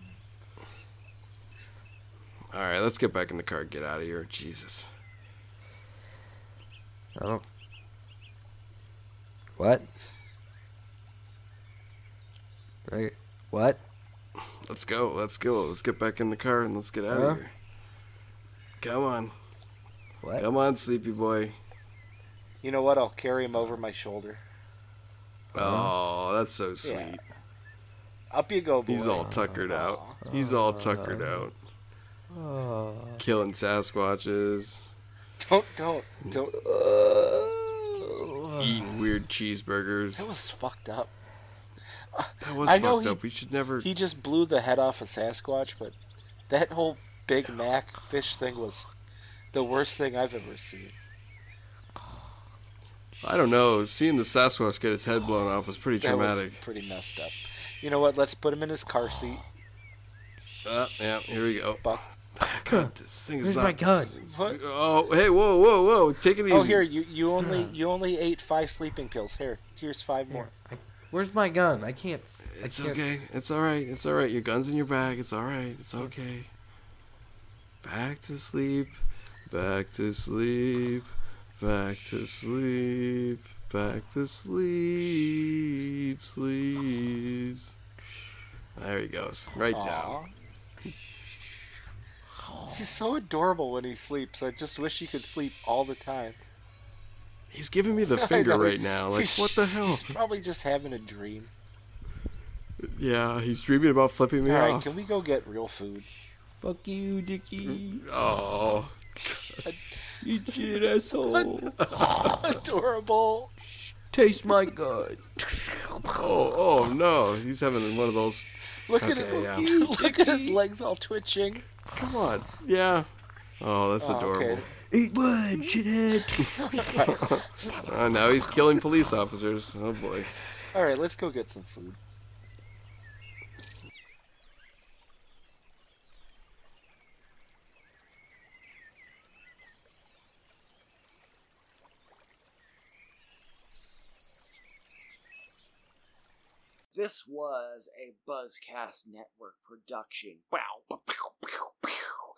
A: All right, let's get back in the car. and Get out of here, Jesus.
C: I don't. What? Right. What?
A: Let's go. Let's go. Let's get back in the car and let's get out
C: Huh?
A: of here. Come on,
C: What?
A: come on, sleepy boy.
B: You know what? I'll carry him over my shoulder.
A: Oh, that's so sweet.
B: Yeah, Up you go, boy.
A: He's all tuckered out. He's all tuckered out.
C: Oh.
A: Killing Sasquatches.
B: Don't, don't, don't.
A: Uh, Eating weird cheeseburgers.
B: That was fucked up.
A: That was
B: I know
A: fucked
B: he-
A: up. We should never.
B: He just blew the head off a Sasquatch, but that whole Big Mac fish thing was the worst thing I've ever seen.
A: I don't know. Seeing the Sasquatch get its head blown off was pretty
B: That was
A: traumatic.
B: pretty messed up. You know what? Let's put him in his car seat.
A: Ah, yeah, here we go.
B: Buck.
A: God, this thing is
C: Where's
A: not.
C: my gun?
B: What?
A: Oh, hey, whoa, whoa, whoa! Take it easy.
B: Oh, here you you only you only ate five sleeping pills. Here, here's five more.
C: Where's my gun? I can't. s- I
A: It's
C: can't-
A: okay. It's all right. It's all right. Your gun's in your bag. It's all right. It's okay. Back to sleep. Back to sleep. Back to sleep. Back to sleep. Sleeps. There he goes. Right down.
B: Aw. [LAUGHS] He's so adorable when he sleeps. I just wish he could sleep all the time.
A: He's giving
B: [LAUGHS]
A: me the
B: I
A: finger
B: know.
A: right now. Like,
B: He's-
A: what the hell?
B: He's probably just having a dream.
A: Yeah, he's dreaming about flipping me
B: All right,
A: off.
B: can we go get real food?
A: [LAUGHS]
C: Fuck you, [LAUGHS] Dickie.
A: Oh.
C: You shit asshole.
B: [LAUGHS] Adorable.
C: Taste my gun.
A: Oh, oh no. He's having one of those.
B: Look at his
A: Okay, yeah.
B: [LAUGHS] look at his legs
A: [LAUGHS]
B: all twitching.
A: Come on. Yeah. Oh, that's
B: Oh,
A: adorable.
B: okay.
C: Eat blood, shithead.
B: [LAUGHS]
A: Uh, now he's killing police officers. Oh boy.
B: All right, let's go get some food.
D: This was a Buzzcast Network production. Wow.